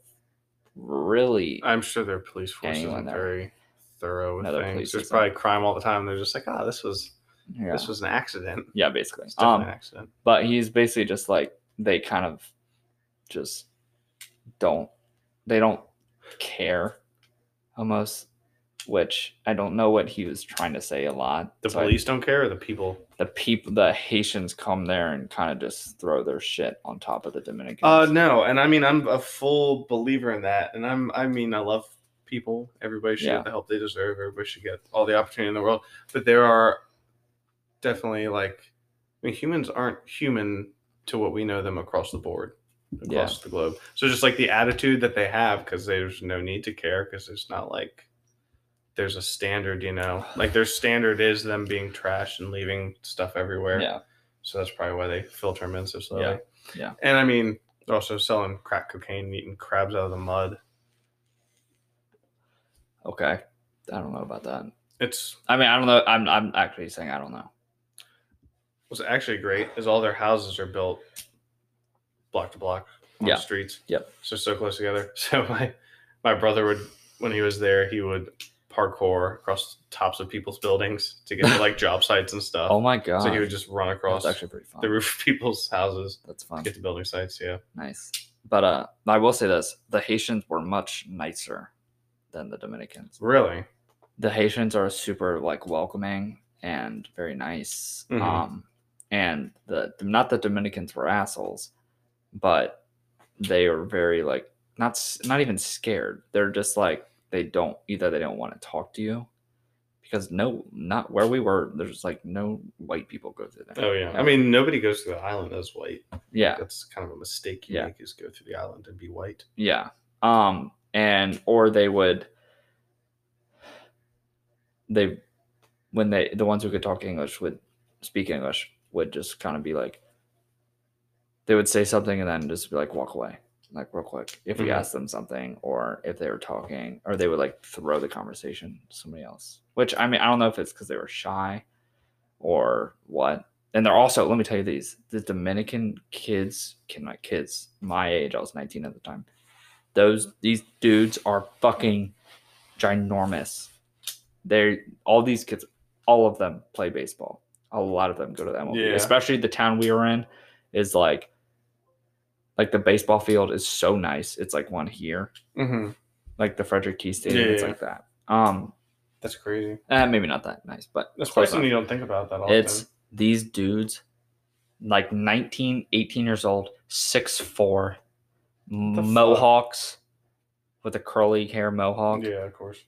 Speaker 3: really
Speaker 4: I'm sure their police force
Speaker 3: Anyone
Speaker 4: isn't
Speaker 3: there.
Speaker 4: very thorough with
Speaker 3: No, their
Speaker 4: things.
Speaker 3: police
Speaker 4: There's
Speaker 3: isn't.
Speaker 4: probably crime all the time. They're just like, ah, this was
Speaker 3: yeah,
Speaker 4: this was an accident.
Speaker 3: yeah basically
Speaker 4: It's definitely an
Speaker 3: um
Speaker 4: accident.
Speaker 3: but he's basically just like they kind of just don't they don't care almost which i don't know what he was trying to say a lot
Speaker 4: The
Speaker 3: so I-
Speaker 4: police don't care, or the people
Speaker 3: the people the haitians come there and kind of just throw their shit on top of the dominicans
Speaker 4: Uh, no, and I mean I'm a full believer in that, and I'm I mean I love people. Everybody should
Speaker 3: Yeah.
Speaker 4: get the help they deserve. Everybody should get all the opportunity in the world. But there are definitely like I mean humans aren't human to what we know them across the board,
Speaker 3: Yeah.
Speaker 4: across the globe. So just like the attitude that they have, because there's no need to care, because it's not like there's a standard, you know. Like their standard is them being trash and leaving stuff everywhere.
Speaker 3: yeah
Speaker 4: So that's probably why they filter them in so slowly.
Speaker 3: Yeah, yeah.
Speaker 4: And I mean, they're also selling crack cocaine, eating crabs out of the mud.
Speaker 3: okay i don't know about that
Speaker 4: It's
Speaker 3: i mean i don't know i'm, I'm actually saying i don't know
Speaker 4: what's actually great is all their houses are built block to block on
Speaker 3: Yeah.
Speaker 4: the streets.
Speaker 3: Yep.
Speaker 4: So so close together. So my my brother would when he was there, he would parkour across the tops of people's buildings to get to like job sites and stuff.
Speaker 3: oh my god
Speaker 4: so he would just run across
Speaker 3: that's actually pretty fun
Speaker 4: the roof of people's houses
Speaker 3: that's
Speaker 4: to
Speaker 3: fun
Speaker 4: get to building sites. Yeah.
Speaker 3: Nice. But uh I will say this, the Haitians were much nicer than the Dominicans.
Speaker 4: Really?
Speaker 3: The Haitians are super like welcoming and very nice.
Speaker 4: Mhm.
Speaker 3: Um and the not the Dominicans were assholes, but they are very like not s- not even scared. They're just like they don't either. They don't want to talk to you because no, not where we were. There's like no white people go through there.
Speaker 4: Oh yeah. I mean, nobody goes to the island as white.
Speaker 3: yeah,
Speaker 4: That's kind of a mistake you
Speaker 3: Yeah.
Speaker 4: make is go through the island and be white.
Speaker 3: yeah. Um, and or they would they when they the ones who could talk English would speak English would just kind of be like they would say something and then just be like walk away like real quick if we
Speaker 4: Mhm.
Speaker 3: asked them something or if they were talking or they would like throw the conversation to somebody else which i mean i don't know if it's because they were shy or what and they're also let me tell you these the dominican kids can my kids my age i was 19 at the time those these dudes are fucking ginormous they're all these kids all of them play baseball a lot of them go to the MLB.
Speaker 4: Yeah.
Speaker 3: Especially the town we were in is like like the baseball field is so nice. It's like one here,
Speaker 4: Mm-hmm.
Speaker 3: like the Frederick Key Stadium.
Speaker 4: Yeah,
Speaker 3: it's
Speaker 4: yeah,
Speaker 3: like that. Um,
Speaker 4: That's crazy.
Speaker 3: eh, maybe not that nice, but
Speaker 4: That's probably
Speaker 3: close
Speaker 4: something you
Speaker 3: enough.
Speaker 4: don't think about that often.
Speaker 3: It's these dudes, like 19, 18 years old, six four,
Speaker 4: the fuck?
Speaker 3: mohawks with a curly hair mohawk,
Speaker 4: yeah, of course.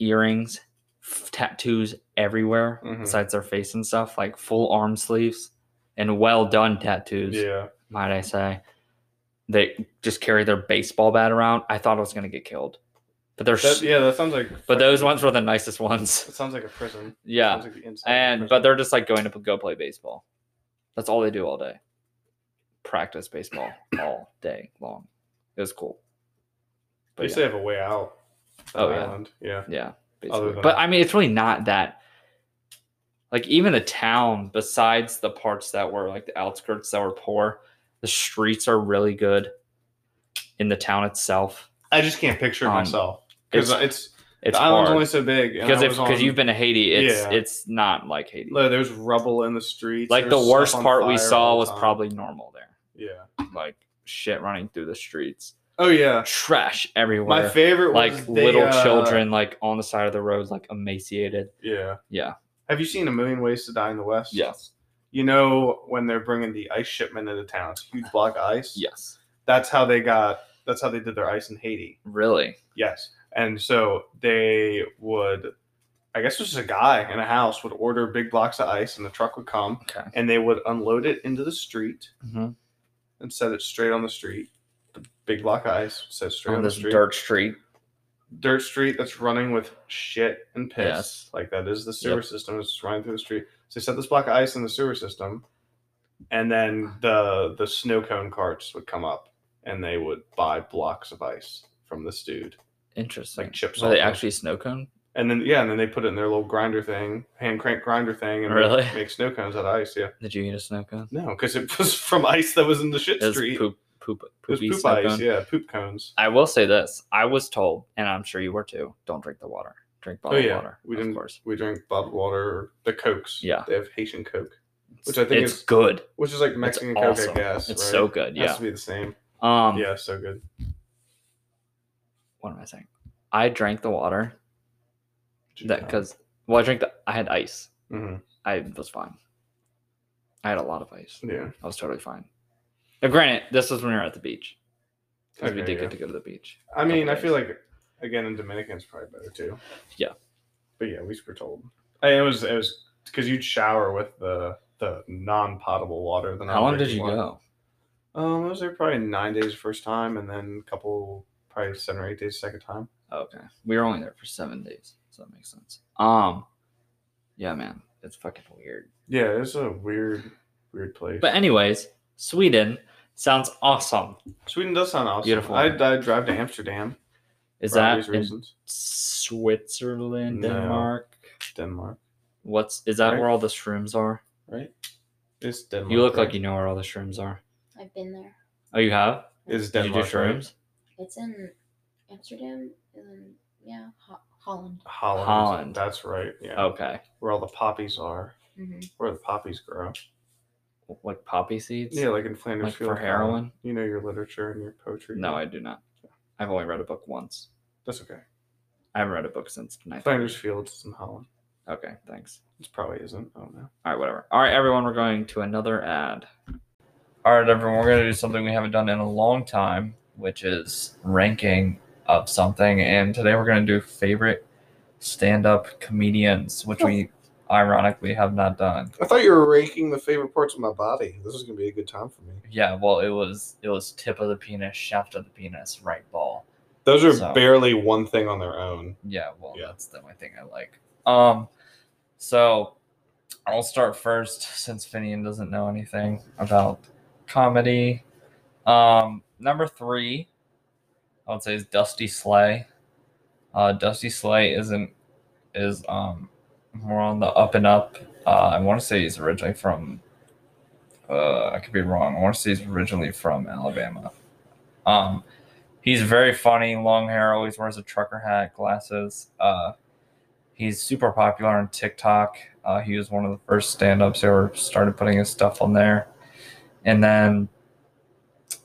Speaker 3: earrings, f- tattoos everywhere
Speaker 4: Mhm.
Speaker 3: besides their face and stuff, like full arm sleeves and well done tattoos.
Speaker 4: Yeah.
Speaker 3: might I say. They just carry their baseball bat around. I thought I was gonna get killed, but they're
Speaker 4: That, yeah, that sounds like.
Speaker 3: but those ones were the nicest ones.
Speaker 4: That sounds like a prison.
Speaker 3: Yeah,
Speaker 4: Sounds like the inside of a
Speaker 3: and
Speaker 4: prison.
Speaker 3: but they're just like going to p- go play baseball. That's all they do all day. Practice baseball all day long. It was cool.
Speaker 4: at least they have a way out. of the
Speaker 3: Oh, yeah.
Speaker 4: island. yeah.
Speaker 3: Yeah,
Speaker 4: Other
Speaker 3: basically.
Speaker 4: than-
Speaker 3: But I mean, it's really not that. Like even the town, besides the parts that were like the outskirts that were poor, the streets are really good. In the town itself,
Speaker 4: I just can't picture it
Speaker 3: Um,
Speaker 4: myself because
Speaker 3: it's-
Speaker 4: it's,
Speaker 3: it's
Speaker 4: the island's only
Speaker 3: hard
Speaker 4: so big. and I
Speaker 3: because
Speaker 4: was
Speaker 3: if because
Speaker 4: on-
Speaker 3: you've been to Haiti, it's
Speaker 4: Yeah.
Speaker 3: it's not like Haiti.
Speaker 4: Look, there's rubble in the streets.
Speaker 3: like the
Speaker 4: there's
Speaker 3: worst
Speaker 4: stuff on
Speaker 3: part we
Speaker 4: fire
Speaker 3: saw
Speaker 4: all the
Speaker 3: was
Speaker 4: time.
Speaker 3: probably normal there,
Speaker 4: yeah.
Speaker 3: like shit running through the streets,
Speaker 4: Oh yeah.
Speaker 3: trash everywhere,
Speaker 4: My favorite was
Speaker 3: like
Speaker 4: the,
Speaker 3: little
Speaker 4: uh,
Speaker 3: children like on the side of the road, like emaciated.
Speaker 4: Yeah.
Speaker 3: Yeah,
Speaker 4: Have you seen A Million Ways to Die in the West?
Speaker 3: yes,
Speaker 4: You know when they're bringing the ice shipment into town, it's a huge block of ice.
Speaker 3: yes,
Speaker 4: That's how they got. That's how they did their ice in Haiti.
Speaker 3: really.
Speaker 4: Yes. And so they would, I guess it was just a guy in a house would order big blocks of ice, and the truck would come,
Speaker 3: Okay.
Speaker 4: and they would unload it into the street
Speaker 3: Mm-hmm.
Speaker 4: and set it straight on the street. The big block of ice set straight
Speaker 3: on
Speaker 4: on the
Speaker 3: this
Speaker 4: street.
Speaker 3: dirt street.
Speaker 4: dirt street that's running with shit and piss.
Speaker 3: Yes.
Speaker 4: Like that is the sewer system. It's just running through the street. So they set this block of ice in the sewer system, and then the the snow cone carts would come up and they would buy blocks of ice from this dude.
Speaker 3: Interesting.
Speaker 4: Like chips
Speaker 3: Are they
Speaker 4: off of-
Speaker 3: actually snow cone?
Speaker 4: And then yeah, and then they put it in their little grinder thing, hand crank grinder thing, and make-
Speaker 3: Really?
Speaker 4: make, snow cones out of ice. Yeah.
Speaker 3: Did you eat a snow cone?
Speaker 4: No, because it was from ice that was in the shit
Speaker 3: It was
Speaker 4: street.
Speaker 3: poop, poop,
Speaker 4: it was
Speaker 3: poopy
Speaker 4: poop
Speaker 3: snow
Speaker 4: ice,
Speaker 3: cone.
Speaker 4: yeah, poop cones.
Speaker 3: I will say this: I was told, and I'm sure you were too. Don't drink the water. Drink
Speaker 4: Oh
Speaker 3: bottled
Speaker 4: yeah,
Speaker 3: water.
Speaker 4: we
Speaker 3: of
Speaker 4: didn't.
Speaker 3: course.
Speaker 4: We drink bottled water, the cokes.
Speaker 3: Yeah.
Speaker 4: they have Haitian coke. which I think
Speaker 3: it's
Speaker 4: is
Speaker 3: good.
Speaker 4: Which is like Mexican Coke,
Speaker 3: awesome.
Speaker 4: I guess.
Speaker 3: It's
Speaker 4: right?
Speaker 3: so good.
Speaker 4: Has
Speaker 3: Yeah.
Speaker 4: to be the same.
Speaker 3: Um.
Speaker 4: yeah, so good.
Speaker 3: What am I saying? I drank the water that
Speaker 4: Japan.
Speaker 3: because well, I drank the. I had ice.
Speaker 4: Mhm,
Speaker 3: I was fine. I had a lot of ice.
Speaker 4: Yeah.
Speaker 3: I was totally fine. Now, granted, this was when we were at the beach because we did
Speaker 4: Okay, yeah.
Speaker 3: get to go to the beach.
Speaker 4: I mean, I feel like again in Dominican's probably better too.
Speaker 3: Yeah.
Speaker 4: But yeah, at least we're told. I, it was it was because you'd shower with the the non potable water. The
Speaker 3: How long did
Speaker 4: non-drinking
Speaker 3: you
Speaker 4: water.
Speaker 3: go?
Speaker 4: Um, I was there probably nine days the first time, and then a couple probably seven or eight days the second time.
Speaker 3: Okay. We were only there for seven days, so that makes sense. Um yeah, man. It's fucking weird.
Speaker 4: Yeah, it's a weird weird place.
Speaker 3: But anyways, Sweden sounds awesome.
Speaker 4: Sweden does sound awesome.
Speaker 3: Beautiful.
Speaker 4: I I drive to Amsterdam.
Speaker 3: Is
Speaker 4: for
Speaker 3: that
Speaker 4: obvious
Speaker 3: in
Speaker 4: reasons?
Speaker 3: Switzerland,
Speaker 4: No.
Speaker 3: Denmark?
Speaker 4: Denmark,
Speaker 3: What's is that
Speaker 4: Right.
Speaker 3: where all the shrooms are?
Speaker 4: right? It's Denmark.
Speaker 3: You look
Speaker 4: right?
Speaker 3: like you know where all the shrooms are.
Speaker 2: I've been there.
Speaker 3: Oh, you have?
Speaker 4: is
Speaker 3: Did you do
Speaker 4: Denmark. right?
Speaker 3: shrooms?
Speaker 2: It's in Amsterdam and then, yeah, Ho- Holland.
Speaker 4: Holland.
Speaker 3: Holland. Oh.
Speaker 4: That's right. Yeah.
Speaker 3: Okay.
Speaker 4: Where all the poppies are.
Speaker 2: hmm
Speaker 4: Where the poppies grow.
Speaker 3: Like poppy seeds?
Speaker 4: Yeah, like in Flanders
Speaker 3: Like for
Speaker 4: Field.
Speaker 3: heroin?
Speaker 4: You know your literature and your poetry.
Speaker 3: No, I do not. I've only read a book once.
Speaker 4: That's okay.
Speaker 3: I haven't read a book since tonight.
Speaker 4: Flanders Fields is in Holland.
Speaker 3: Okay, thanks.
Speaker 4: It probably isn't. I don't know.
Speaker 3: All right, whatever. All right, everyone, we're going to another ad. All right, everyone, we're going to do something we haven't done in a long time, which is ranking of something. And today we're going to do favorite stand up comedians, which we ironically have not done.
Speaker 4: I thought you were ranking the favorite parts of my body. This is gonna be a good time for me.
Speaker 3: Yeah, well, it was it was tip of the penis, shaft of the penis, right ball.
Speaker 4: Those are
Speaker 3: So-
Speaker 4: barely one thing on their own.
Speaker 3: Yeah, well,
Speaker 4: Yeah.
Speaker 3: that's the only thing I like. Um, so I'll start first since Finian doesn't know anything about comedy. Um, number three, I would say is Dusty Slay. Uh, Dusty Slay isn't is um more on the up and up. Uh, I want to say he's originally from. Uh, I could be wrong. I want to say he's originally from Alabama. Um, He's very funny, long hair, always wears a trucker hat, glasses. Uh, he's super popular on TikTok. Uh, he was one of the first stand ups who ever started putting his stuff on there. And then,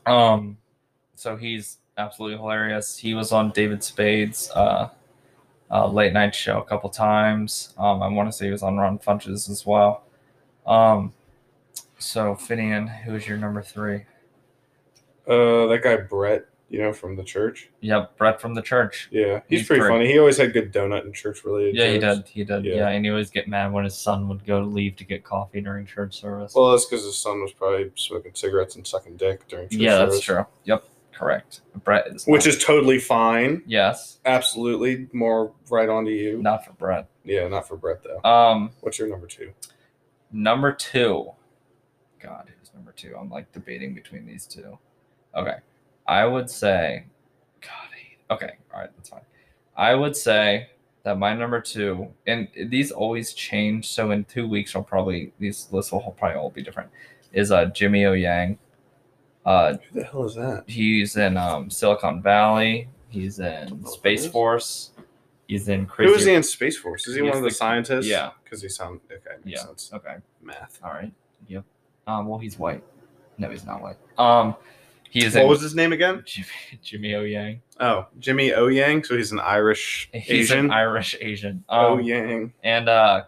Speaker 3: um, so he's absolutely hilarious. He was on David Spade's uh, uh, late night show a couple times. Um, I want to say he was on Ron Funches as well. Um, so, Finian, who is your number three?
Speaker 4: Uh, that guy Brett, you know, from the church.
Speaker 3: Yep, Brett from the church.
Speaker 4: Yeah, he's,
Speaker 3: He's
Speaker 4: pretty
Speaker 3: great.
Speaker 4: funny. He always had good donut and church related.
Speaker 3: Yeah, he did. He did.
Speaker 4: Yeah.
Speaker 3: Yeah. and he always get mad when his son would go leave to get coffee during church service.
Speaker 4: Well, that's because his son was probably smoking cigarettes and sucking dick during church
Speaker 3: yeah, that's
Speaker 4: service,
Speaker 3: true. Yep, correct. Brett is
Speaker 4: Which
Speaker 3: not-
Speaker 4: is totally fine.
Speaker 3: yes,
Speaker 4: Absolutely, more right on to you.
Speaker 3: not for Brett.
Speaker 4: Yeah, not for Brett though.
Speaker 3: Um,
Speaker 4: What's your number two?
Speaker 3: number two. God, who's number two? I'm like debating between these two. Okay, I would say, God, I hate- okay, all right, that's fine. I would say that my number two, and these always change. So in two weeks, I'll probably these lists will probably all be different. Is uh Jimmy O Yang. Uh,
Speaker 4: Who the hell is that?
Speaker 3: He's in um, Silicon Valley. He's in Space Force. He's in
Speaker 4: Who
Speaker 3: Crazy.
Speaker 4: is he in Space Force? Is he
Speaker 3: He's
Speaker 4: one of the,
Speaker 3: the-
Speaker 4: scientists?
Speaker 3: yeah.
Speaker 4: because he sound okay. Makes
Speaker 3: Yeah. Oh.
Speaker 4: sense.
Speaker 3: Okay.
Speaker 4: Math.
Speaker 3: All right. Yep. Um, well, he's white. No, he's not white. Um, he's
Speaker 4: What
Speaker 3: in
Speaker 4: was his name again?
Speaker 3: Jimmy, Jimmy O Yang.
Speaker 4: Oh, Jimmy O Yang. So he's an Irish
Speaker 3: He's
Speaker 4: Asian.
Speaker 3: an Irish Asian.
Speaker 4: oh
Speaker 3: Um,
Speaker 4: Yang.
Speaker 3: And uh,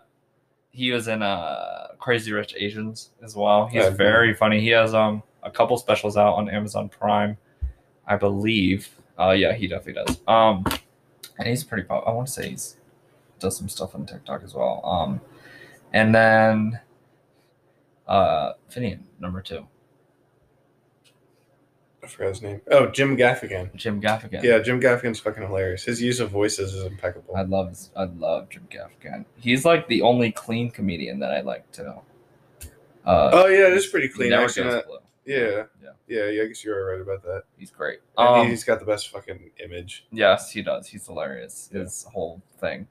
Speaker 3: he was in uh, Crazy Rich Asians as well. He's
Speaker 4: Yeah.
Speaker 3: very funny. He has um a couple specials out on Amazon Prime, I believe. Uh, yeah, he definitely does. Um, and he's pretty pop. I want to say he's does some stuff on TikTok as well. Um, and then uh, Finian number two,
Speaker 4: I forgot his name. Oh, Jim Gaffigan.
Speaker 3: Jim Gaffigan.
Speaker 4: Yeah, Jim Gaffigan's fucking hilarious. His use of voices is impeccable.
Speaker 3: I love his- I love Jim Gaffigan. He's like the only clean comedian that I like to. Uh,
Speaker 4: oh yeah, it is
Speaker 3: he
Speaker 4: pretty clean.
Speaker 3: never
Speaker 4: actually,
Speaker 3: gets
Speaker 4: not-
Speaker 3: blue.
Speaker 4: yeah.
Speaker 3: Yeah.
Speaker 4: yeah, yeah. I guess you are right about that.
Speaker 3: He's great.
Speaker 4: And
Speaker 3: Um,
Speaker 4: he's got the best fucking image.
Speaker 3: yes, he does. He's hilarious.
Speaker 4: Yeah.
Speaker 3: His whole thing.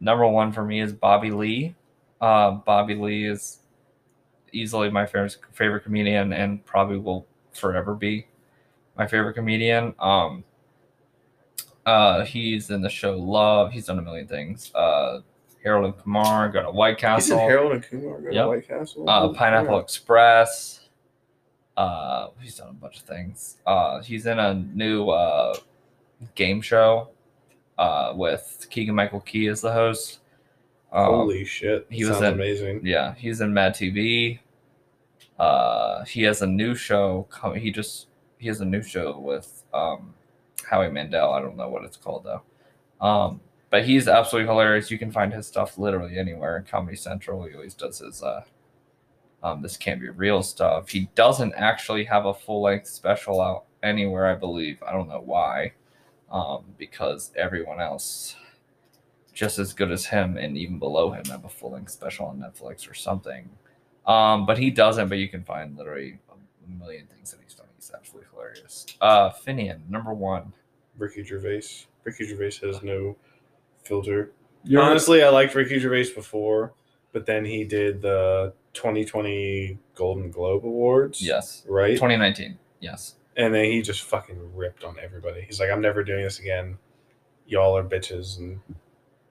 Speaker 3: Number one for me is Bobby Lee. Uh, Bobby Lee is easily my favorite favorite comedian, and probably will forever be my favorite comedian. Um, uh, he's in the show Love. He's done a million things. Uh, Harold and Kumar, go to White
Speaker 4: He's
Speaker 3: Castle.
Speaker 4: in Harold and Kumar go
Speaker 3: Yep.
Speaker 4: to White Castle.
Speaker 3: uh,
Speaker 4: Yeah.
Speaker 3: Pineapple Express. Uh, he's done a bunch of things. Uh, he's in a new uh, game show uh, with Keegan Michael Key as the host. Um,
Speaker 4: Holy shit!
Speaker 3: he
Speaker 4: That
Speaker 3: was
Speaker 4: sounds
Speaker 3: in-
Speaker 4: amazing.
Speaker 3: yeah, he's in Mad TV. Uh, he has a new show coming. He just he has a new show with um, Howie Mandel. I don't know what it's called though. Um, but he's absolutely hilarious. You can find his stuff literally anywhere. Comedy Central. He always does his uh, um, this can't be real stuff. He doesn't actually have a full length special out anywhere. I believe. I don't know why. Um, because everyone else just as good as him and even below him have a full length special on Netflix or something. Um, but he doesn't, but you can find literally a million things that he's done. He's absolutely hilarious. Uh Finian, number one.
Speaker 4: Ricky Gervais. Ricky Gervais has no filter.
Speaker 3: You're-
Speaker 4: Honestly, I liked Ricky Gervais before, but then he did the 2020 Golden Globe Awards.
Speaker 3: Yes.
Speaker 4: Right?
Speaker 3: Twenty nineteen. Yes.
Speaker 4: and then he just fucking ripped on everybody. He's like, I'm never doing this again. Y'all are bitches. And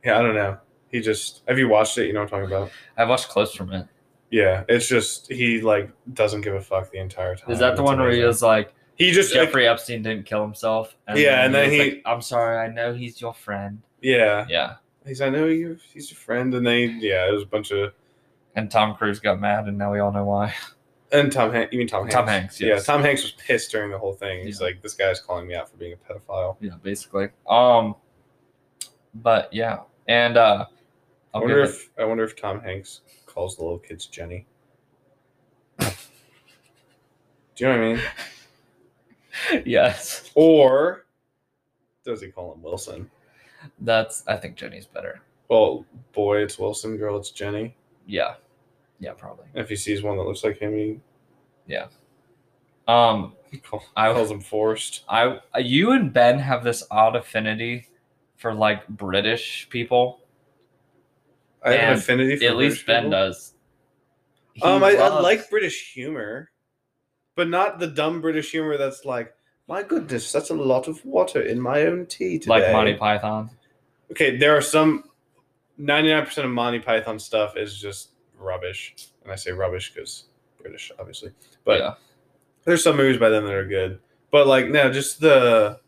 Speaker 4: yeah, I don't know. He just, have you watched it? You know what I'm talking about?
Speaker 3: I've watched clips from it.
Speaker 4: Yeah. It's just, he like doesn't give a fuck the entire time.
Speaker 3: Is that the
Speaker 4: It's
Speaker 3: one where he
Speaker 4: amazing.
Speaker 3: was like
Speaker 4: He just,
Speaker 3: Jeffrey Epstein didn't kill himself?
Speaker 4: Yeah, and then
Speaker 3: was
Speaker 4: he-
Speaker 3: like, I'm sorry, I know he's your friend.
Speaker 4: yeah.
Speaker 3: Yeah.
Speaker 4: He's, I know you, he's a friend. And they, yeah, it was a bunch of,
Speaker 3: And Tom Cruise got mad and now we all know why.
Speaker 4: And Tom Hanks. You mean Tom Hanks?
Speaker 3: Tom Hanks, yes.
Speaker 4: Yeah, Tom Hanks was pissed during the whole thing. He's
Speaker 3: Yeah.
Speaker 4: like, this guy's calling me out for being a pedophile.
Speaker 3: Yeah, basically. Um, but yeah, and uh,
Speaker 4: I
Speaker 3: I'll
Speaker 4: wonder
Speaker 3: give it-
Speaker 4: if I wonder if Tom Hanks calls the little kids Jenny. Do you know what I mean?
Speaker 3: yes,
Speaker 4: Or does he call him Wilson?
Speaker 3: that's. I think Jenny's better.
Speaker 4: Well, boy, it's Wilson. Girl, it's Jenny.
Speaker 3: Yeah, yeah, probably.
Speaker 4: If he sees one that looks like him, he
Speaker 3: Um,
Speaker 4: he call,
Speaker 3: I
Speaker 4: calls him forced.
Speaker 3: I you and Ben have this odd affinity for like British people.
Speaker 4: I have an
Speaker 3: And
Speaker 4: affinity for
Speaker 3: At least
Speaker 4: British
Speaker 3: Ben
Speaker 4: people.
Speaker 3: does. He
Speaker 4: Um, I, I
Speaker 3: loves-
Speaker 4: like British humor, but not the dumb British humor that's like, my goodness, that's a lot of water in my own tea today.
Speaker 3: like Monty Python.
Speaker 4: Okay, there are some. Ninety-nine percent of Monty Python stuff is just rubbish, and I say rubbish because British, obviously. But
Speaker 3: yeah,
Speaker 4: there's some movies by them that are good, but like no, just the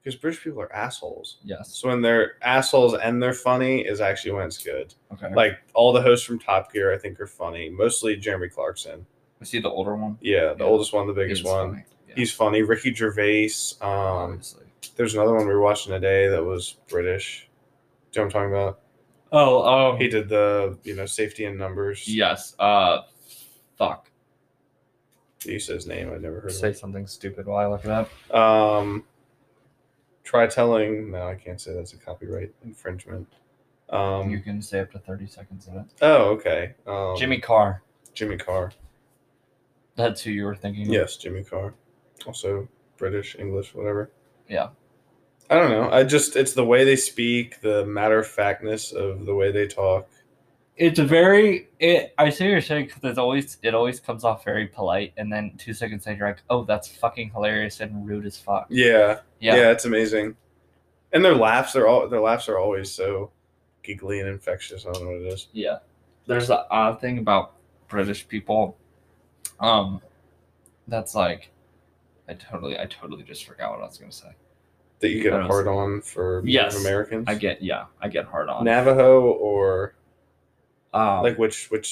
Speaker 4: because British people are assholes.
Speaker 3: yes,
Speaker 4: So when they're assholes and they're funny is actually when it's good.
Speaker 3: okay. Like,
Speaker 4: Like all the hosts from Top Gear, I think are funny. Mostly Jeremy Clarkson.
Speaker 3: is he the older one?
Speaker 4: Yeah, the
Speaker 3: Yeah.
Speaker 4: oldest one, the biggest
Speaker 3: He's
Speaker 4: one.
Speaker 3: funny. Yeah,
Speaker 4: He's funny. Ricky Gervais. Um,
Speaker 3: obviously.
Speaker 4: there's another one we were watching today that was British. Do you know what I'm talking about?
Speaker 3: Oh, um,
Speaker 4: He did the you know safety in numbers.
Speaker 3: yes. Uh, fuck.
Speaker 4: He used his name. I never heard
Speaker 3: Say
Speaker 4: of
Speaker 3: something stupid while I look it up.
Speaker 4: it. Um, try telling. No, I can't say that's a copyright infringement. Um,
Speaker 3: you can say up to thirty seconds in it.
Speaker 4: oh, okay. Um,
Speaker 3: Jimmy Carr.
Speaker 4: Jimmy Carr.
Speaker 3: That's who you were thinking. of?
Speaker 4: Yes, Jimmy Carr. Also British, English, whatever.
Speaker 3: Yeah.
Speaker 4: I don't know. I just it's the way they speak, the matter of factness of the way they talk.
Speaker 3: It's a very. It. I see what you're saying because it's always. It always comes off very polite, and then two seconds later, you're like, "Oh, that's fucking hilarious and rude as fuck."
Speaker 4: Yeah. Yeah.
Speaker 3: Yeah.
Speaker 4: it's amazing. And their laughs, they're all their laughs are always so giggly and infectious. I don't know what it is.
Speaker 3: Yeah. There's the odd thing about British people. Um, that's like, I totally, I totally just forgot what I was gonna say.
Speaker 4: That you get
Speaker 3: I
Speaker 4: a
Speaker 3: don't
Speaker 4: hard on for Native
Speaker 3: Yes,
Speaker 4: Americans.
Speaker 3: I get, yeah, I get hard on.
Speaker 4: Navajo or
Speaker 3: um,
Speaker 4: like which which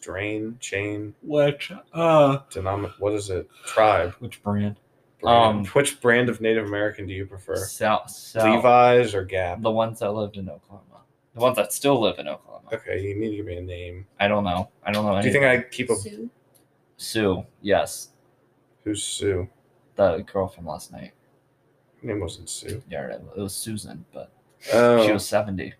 Speaker 4: strain, chain,
Speaker 3: which, uh,
Speaker 4: denom what is it? Tribe.
Speaker 3: which brand?
Speaker 4: Brand.
Speaker 3: Um,
Speaker 4: which brand of Native American do you prefer?
Speaker 3: South, South,
Speaker 4: Levi's or Gap?
Speaker 3: the ones that lived in Oklahoma, the ones that still live in Oklahoma.
Speaker 4: Okay, you need to give me a name.
Speaker 3: I don't know. I don't know.
Speaker 4: Do you
Speaker 3: anything.
Speaker 4: think I keep a
Speaker 3: Sue? Yes,
Speaker 4: who's Sue?
Speaker 3: the girl from last night.
Speaker 4: Her name wasn't Sue.
Speaker 3: Yeah, it was Susan, but she
Speaker 4: Oh,
Speaker 3: was 70.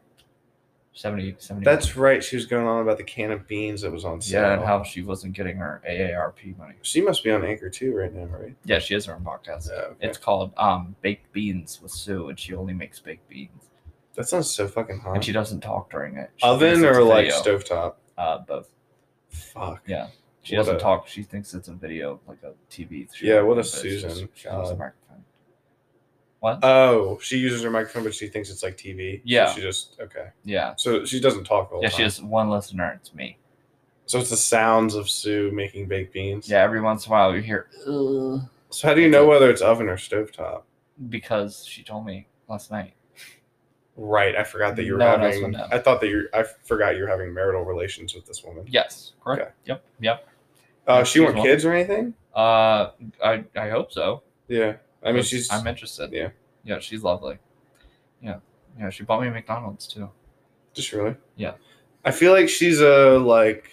Speaker 3: 70, 70.
Speaker 4: that's right. She was going on about the can of beans that was on sale.
Speaker 3: yeah, and how she wasn't getting her AARP money.
Speaker 4: She must be on Anchor too right now, right?
Speaker 3: Yeah, she has her own podcast.
Speaker 4: Yeah, okay.
Speaker 3: It's called um, Baked Beans with Sue, and she only makes baked beans,
Speaker 4: That sounds so fucking hot.
Speaker 3: and she doesn't talk during it. She
Speaker 4: Oven
Speaker 3: thinks it's
Speaker 4: or
Speaker 3: a
Speaker 4: like
Speaker 3: video.
Speaker 4: stovetop?
Speaker 3: Uh, both.
Speaker 4: Fuck.
Speaker 3: Yeah. She
Speaker 4: What
Speaker 3: doesn't
Speaker 4: a-
Speaker 3: talk. She thinks it's a video, like a TV. show,
Speaker 4: Yeah, what a
Speaker 3: but it's just-
Speaker 4: Susan.
Speaker 3: She loves a
Speaker 4: God.
Speaker 3: microphone. What?
Speaker 4: Oh, she uses her microphone, but she thinks it's like TV. So
Speaker 3: Yeah.
Speaker 4: she just okay.
Speaker 3: yeah.
Speaker 4: So she doesn't talk the whole
Speaker 3: Yeah,
Speaker 4: time.
Speaker 3: she has one listener. It's me.
Speaker 4: So it's the sounds of Sue making baked beans.
Speaker 3: Yeah, every once in a while you hear, "Ugh,"
Speaker 4: So how do you know whether it's oven or stovetop?
Speaker 3: because she told me last night.
Speaker 4: Right. I forgot that you were
Speaker 3: No one else
Speaker 4: having.
Speaker 3: would know.
Speaker 4: I thought that you. I forgot you were having marital relations with this woman.
Speaker 3: Yes, correct.
Speaker 4: Okay.
Speaker 3: Yep, yep.
Speaker 4: Uh, she
Speaker 3: She's
Speaker 4: want
Speaker 3: one.
Speaker 4: kids or anything?
Speaker 3: Uh, I I hope so.
Speaker 4: Yeah. I mean,
Speaker 3: 'cause
Speaker 4: she's.
Speaker 3: I'm interested.
Speaker 4: yeah.
Speaker 3: yeah, she's lovely. Yeah, yeah. She bought me McDonald's too.
Speaker 4: Just really?
Speaker 3: Yeah.
Speaker 4: I feel like she's a like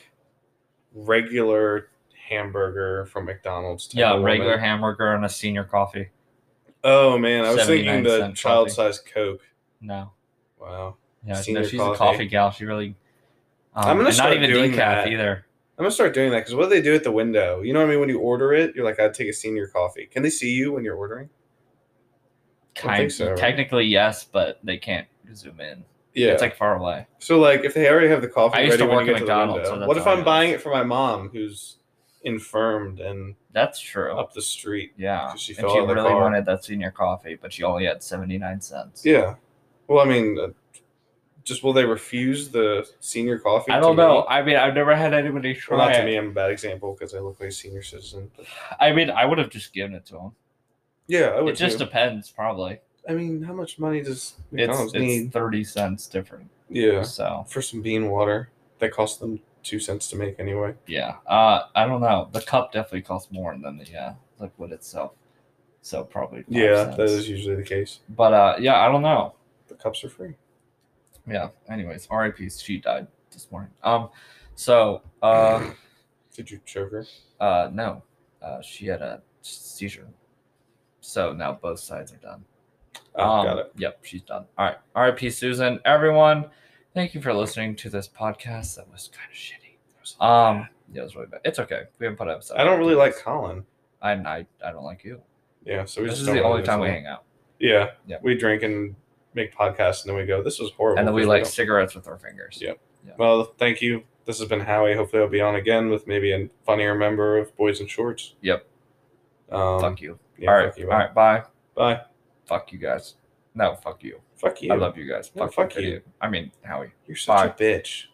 Speaker 4: regular hamburger from McDonald's. type
Speaker 3: Yeah,
Speaker 4: of
Speaker 3: regular
Speaker 4: woman.
Speaker 3: hamburger and a senior coffee.
Speaker 4: Oh man, I was thinking
Speaker 3: 79
Speaker 4: the
Speaker 3: cent
Speaker 4: child
Speaker 3: coffee.
Speaker 4: sized Coke.
Speaker 3: No,
Speaker 4: Wow.
Speaker 3: yeah,
Speaker 4: Senior
Speaker 3: no, she's
Speaker 4: coffee.
Speaker 3: a coffee gal. She really. Um,
Speaker 4: I'm gonna
Speaker 3: and
Speaker 4: start
Speaker 3: not even
Speaker 4: doing
Speaker 3: decaf
Speaker 4: that.
Speaker 3: either.
Speaker 4: I'm gonna start doing that because what do they do at the window? You know what I mean? When you order it, you're like, I'd take a senior coffee. Can they see you when you're ordering? I
Speaker 3: Kind,
Speaker 4: think so, right?
Speaker 3: technically yes, but they can't zoom in.
Speaker 4: Yeah.
Speaker 3: It's like far away.
Speaker 4: so like if they already have the coffee
Speaker 3: I
Speaker 4: ready
Speaker 3: used to
Speaker 4: when
Speaker 3: work
Speaker 4: you
Speaker 3: at
Speaker 4: get to
Speaker 3: McDonald's,
Speaker 4: the
Speaker 3: so
Speaker 4: window.
Speaker 3: that's
Speaker 4: what if
Speaker 3: how I
Speaker 4: I'm buying
Speaker 3: know.
Speaker 4: it for my mom who's infirmed and
Speaker 3: That's true.
Speaker 4: up the street?
Speaker 3: Yeah,
Speaker 4: 'Cause she
Speaker 3: and
Speaker 4: fell
Speaker 3: she
Speaker 4: out of the
Speaker 3: really
Speaker 4: car.
Speaker 3: wanted that senior coffee, but she only had seventy nine cents.
Speaker 4: Yeah. Well, I mean, uh, just will they refuse the senior coffee?
Speaker 3: I
Speaker 4: to
Speaker 3: don't
Speaker 4: me?
Speaker 3: know. I mean, I've never had anybody
Speaker 4: Well, not
Speaker 3: try
Speaker 4: to
Speaker 3: it.
Speaker 4: me. I'm a bad example because I look like a senior citizen. But
Speaker 3: I mean, I would have just given it to him.
Speaker 4: yeah, I would.
Speaker 3: It just
Speaker 4: too.
Speaker 3: depends, probably.
Speaker 4: I mean, how much money does
Speaker 3: It's,
Speaker 4: McDonald's
Speaker 3: it's
Speaker 4: need?
Speaker 3: thirty cents different.
Speaker 4: yeah,
Speaker 3: So
Speaker 4: for some bean water that costs them two cents to make anyway.
Speaker 3: Yeah. Uh, I don't know. The cup definitely costs more than the uh, liquid itself. So probably. five
Speaker 4: Yeah, that
Speaker 3: cents.
Speaker 4: is usually the case.
Speaker 3: But uh, yeah, I don't know.
Speaker 4: The cups are free.
Speaker 3: Yeah. Anyways, R.I.P. She died this morning. Um, so uh,
Speaker 4: Did you choke her?
Speaker 3: uh, no, uh, she had a seizure. So now both sides are done.
Speaker 4: Oh,
Speaker 3: Um,
Speaker 4: got it.
Speaker 3: Yep, she's done. All right. R.I.P. Susan. Everyone, thank you for listening to this podcast. That was kind of shitty. Um, yeah, it was really bad. It's okay. We haven't put up.
Speaker 4: I don't really like Colin.
Speaker 3: I I, I don't like you.
Speaker 4: Yeah, so we
Speaker 3: this
Speaker 4: just
Speaker 3: is
Speaker 4: don't
Speaker 3: the
Speaker 4: wanna
Speaker 3: only
Speaker 4: do
Speaker 3: time we
Speaker 4: something.
Speaker 3: hang out,
Speaker 4: Yeah,
Speaker 3: Yeah.
Speaker 4: we drink and make podcasts, and then we go. This was horrible.
Speaker 3: and then we
Speaker 4: because
Speaker 3: like
Speaker 4: don't-
Speaker 3: cigarettes with our fingers.
Speaker 4: Yeah. Well, thank you. This has been Howie. Hopefully, I'll be on again with maybe a funnier member of Boys in Shorts.
Speaker 3: Yep.
Speaker 4: Um,
Speaker 3: fuck you.
Speaker 4: Yeah,
Speaker 3: all right.
Speaker 4: fuck you.
Speaker 3: all right. Bye.
Speaker 4: Bye.
Speaker 3: Fuck you guys. No. Fuck you.
Speaker 4: Fuck you.
Speaker 3: I love you guys.
Speaker 4: No,
Speaker 3: fuck
Speaker 4: fuck you.
Speaker 3: I mean Howie.
Speaker 4: You're such
Speaker 3: Bye.
Speaker 4: a bitch.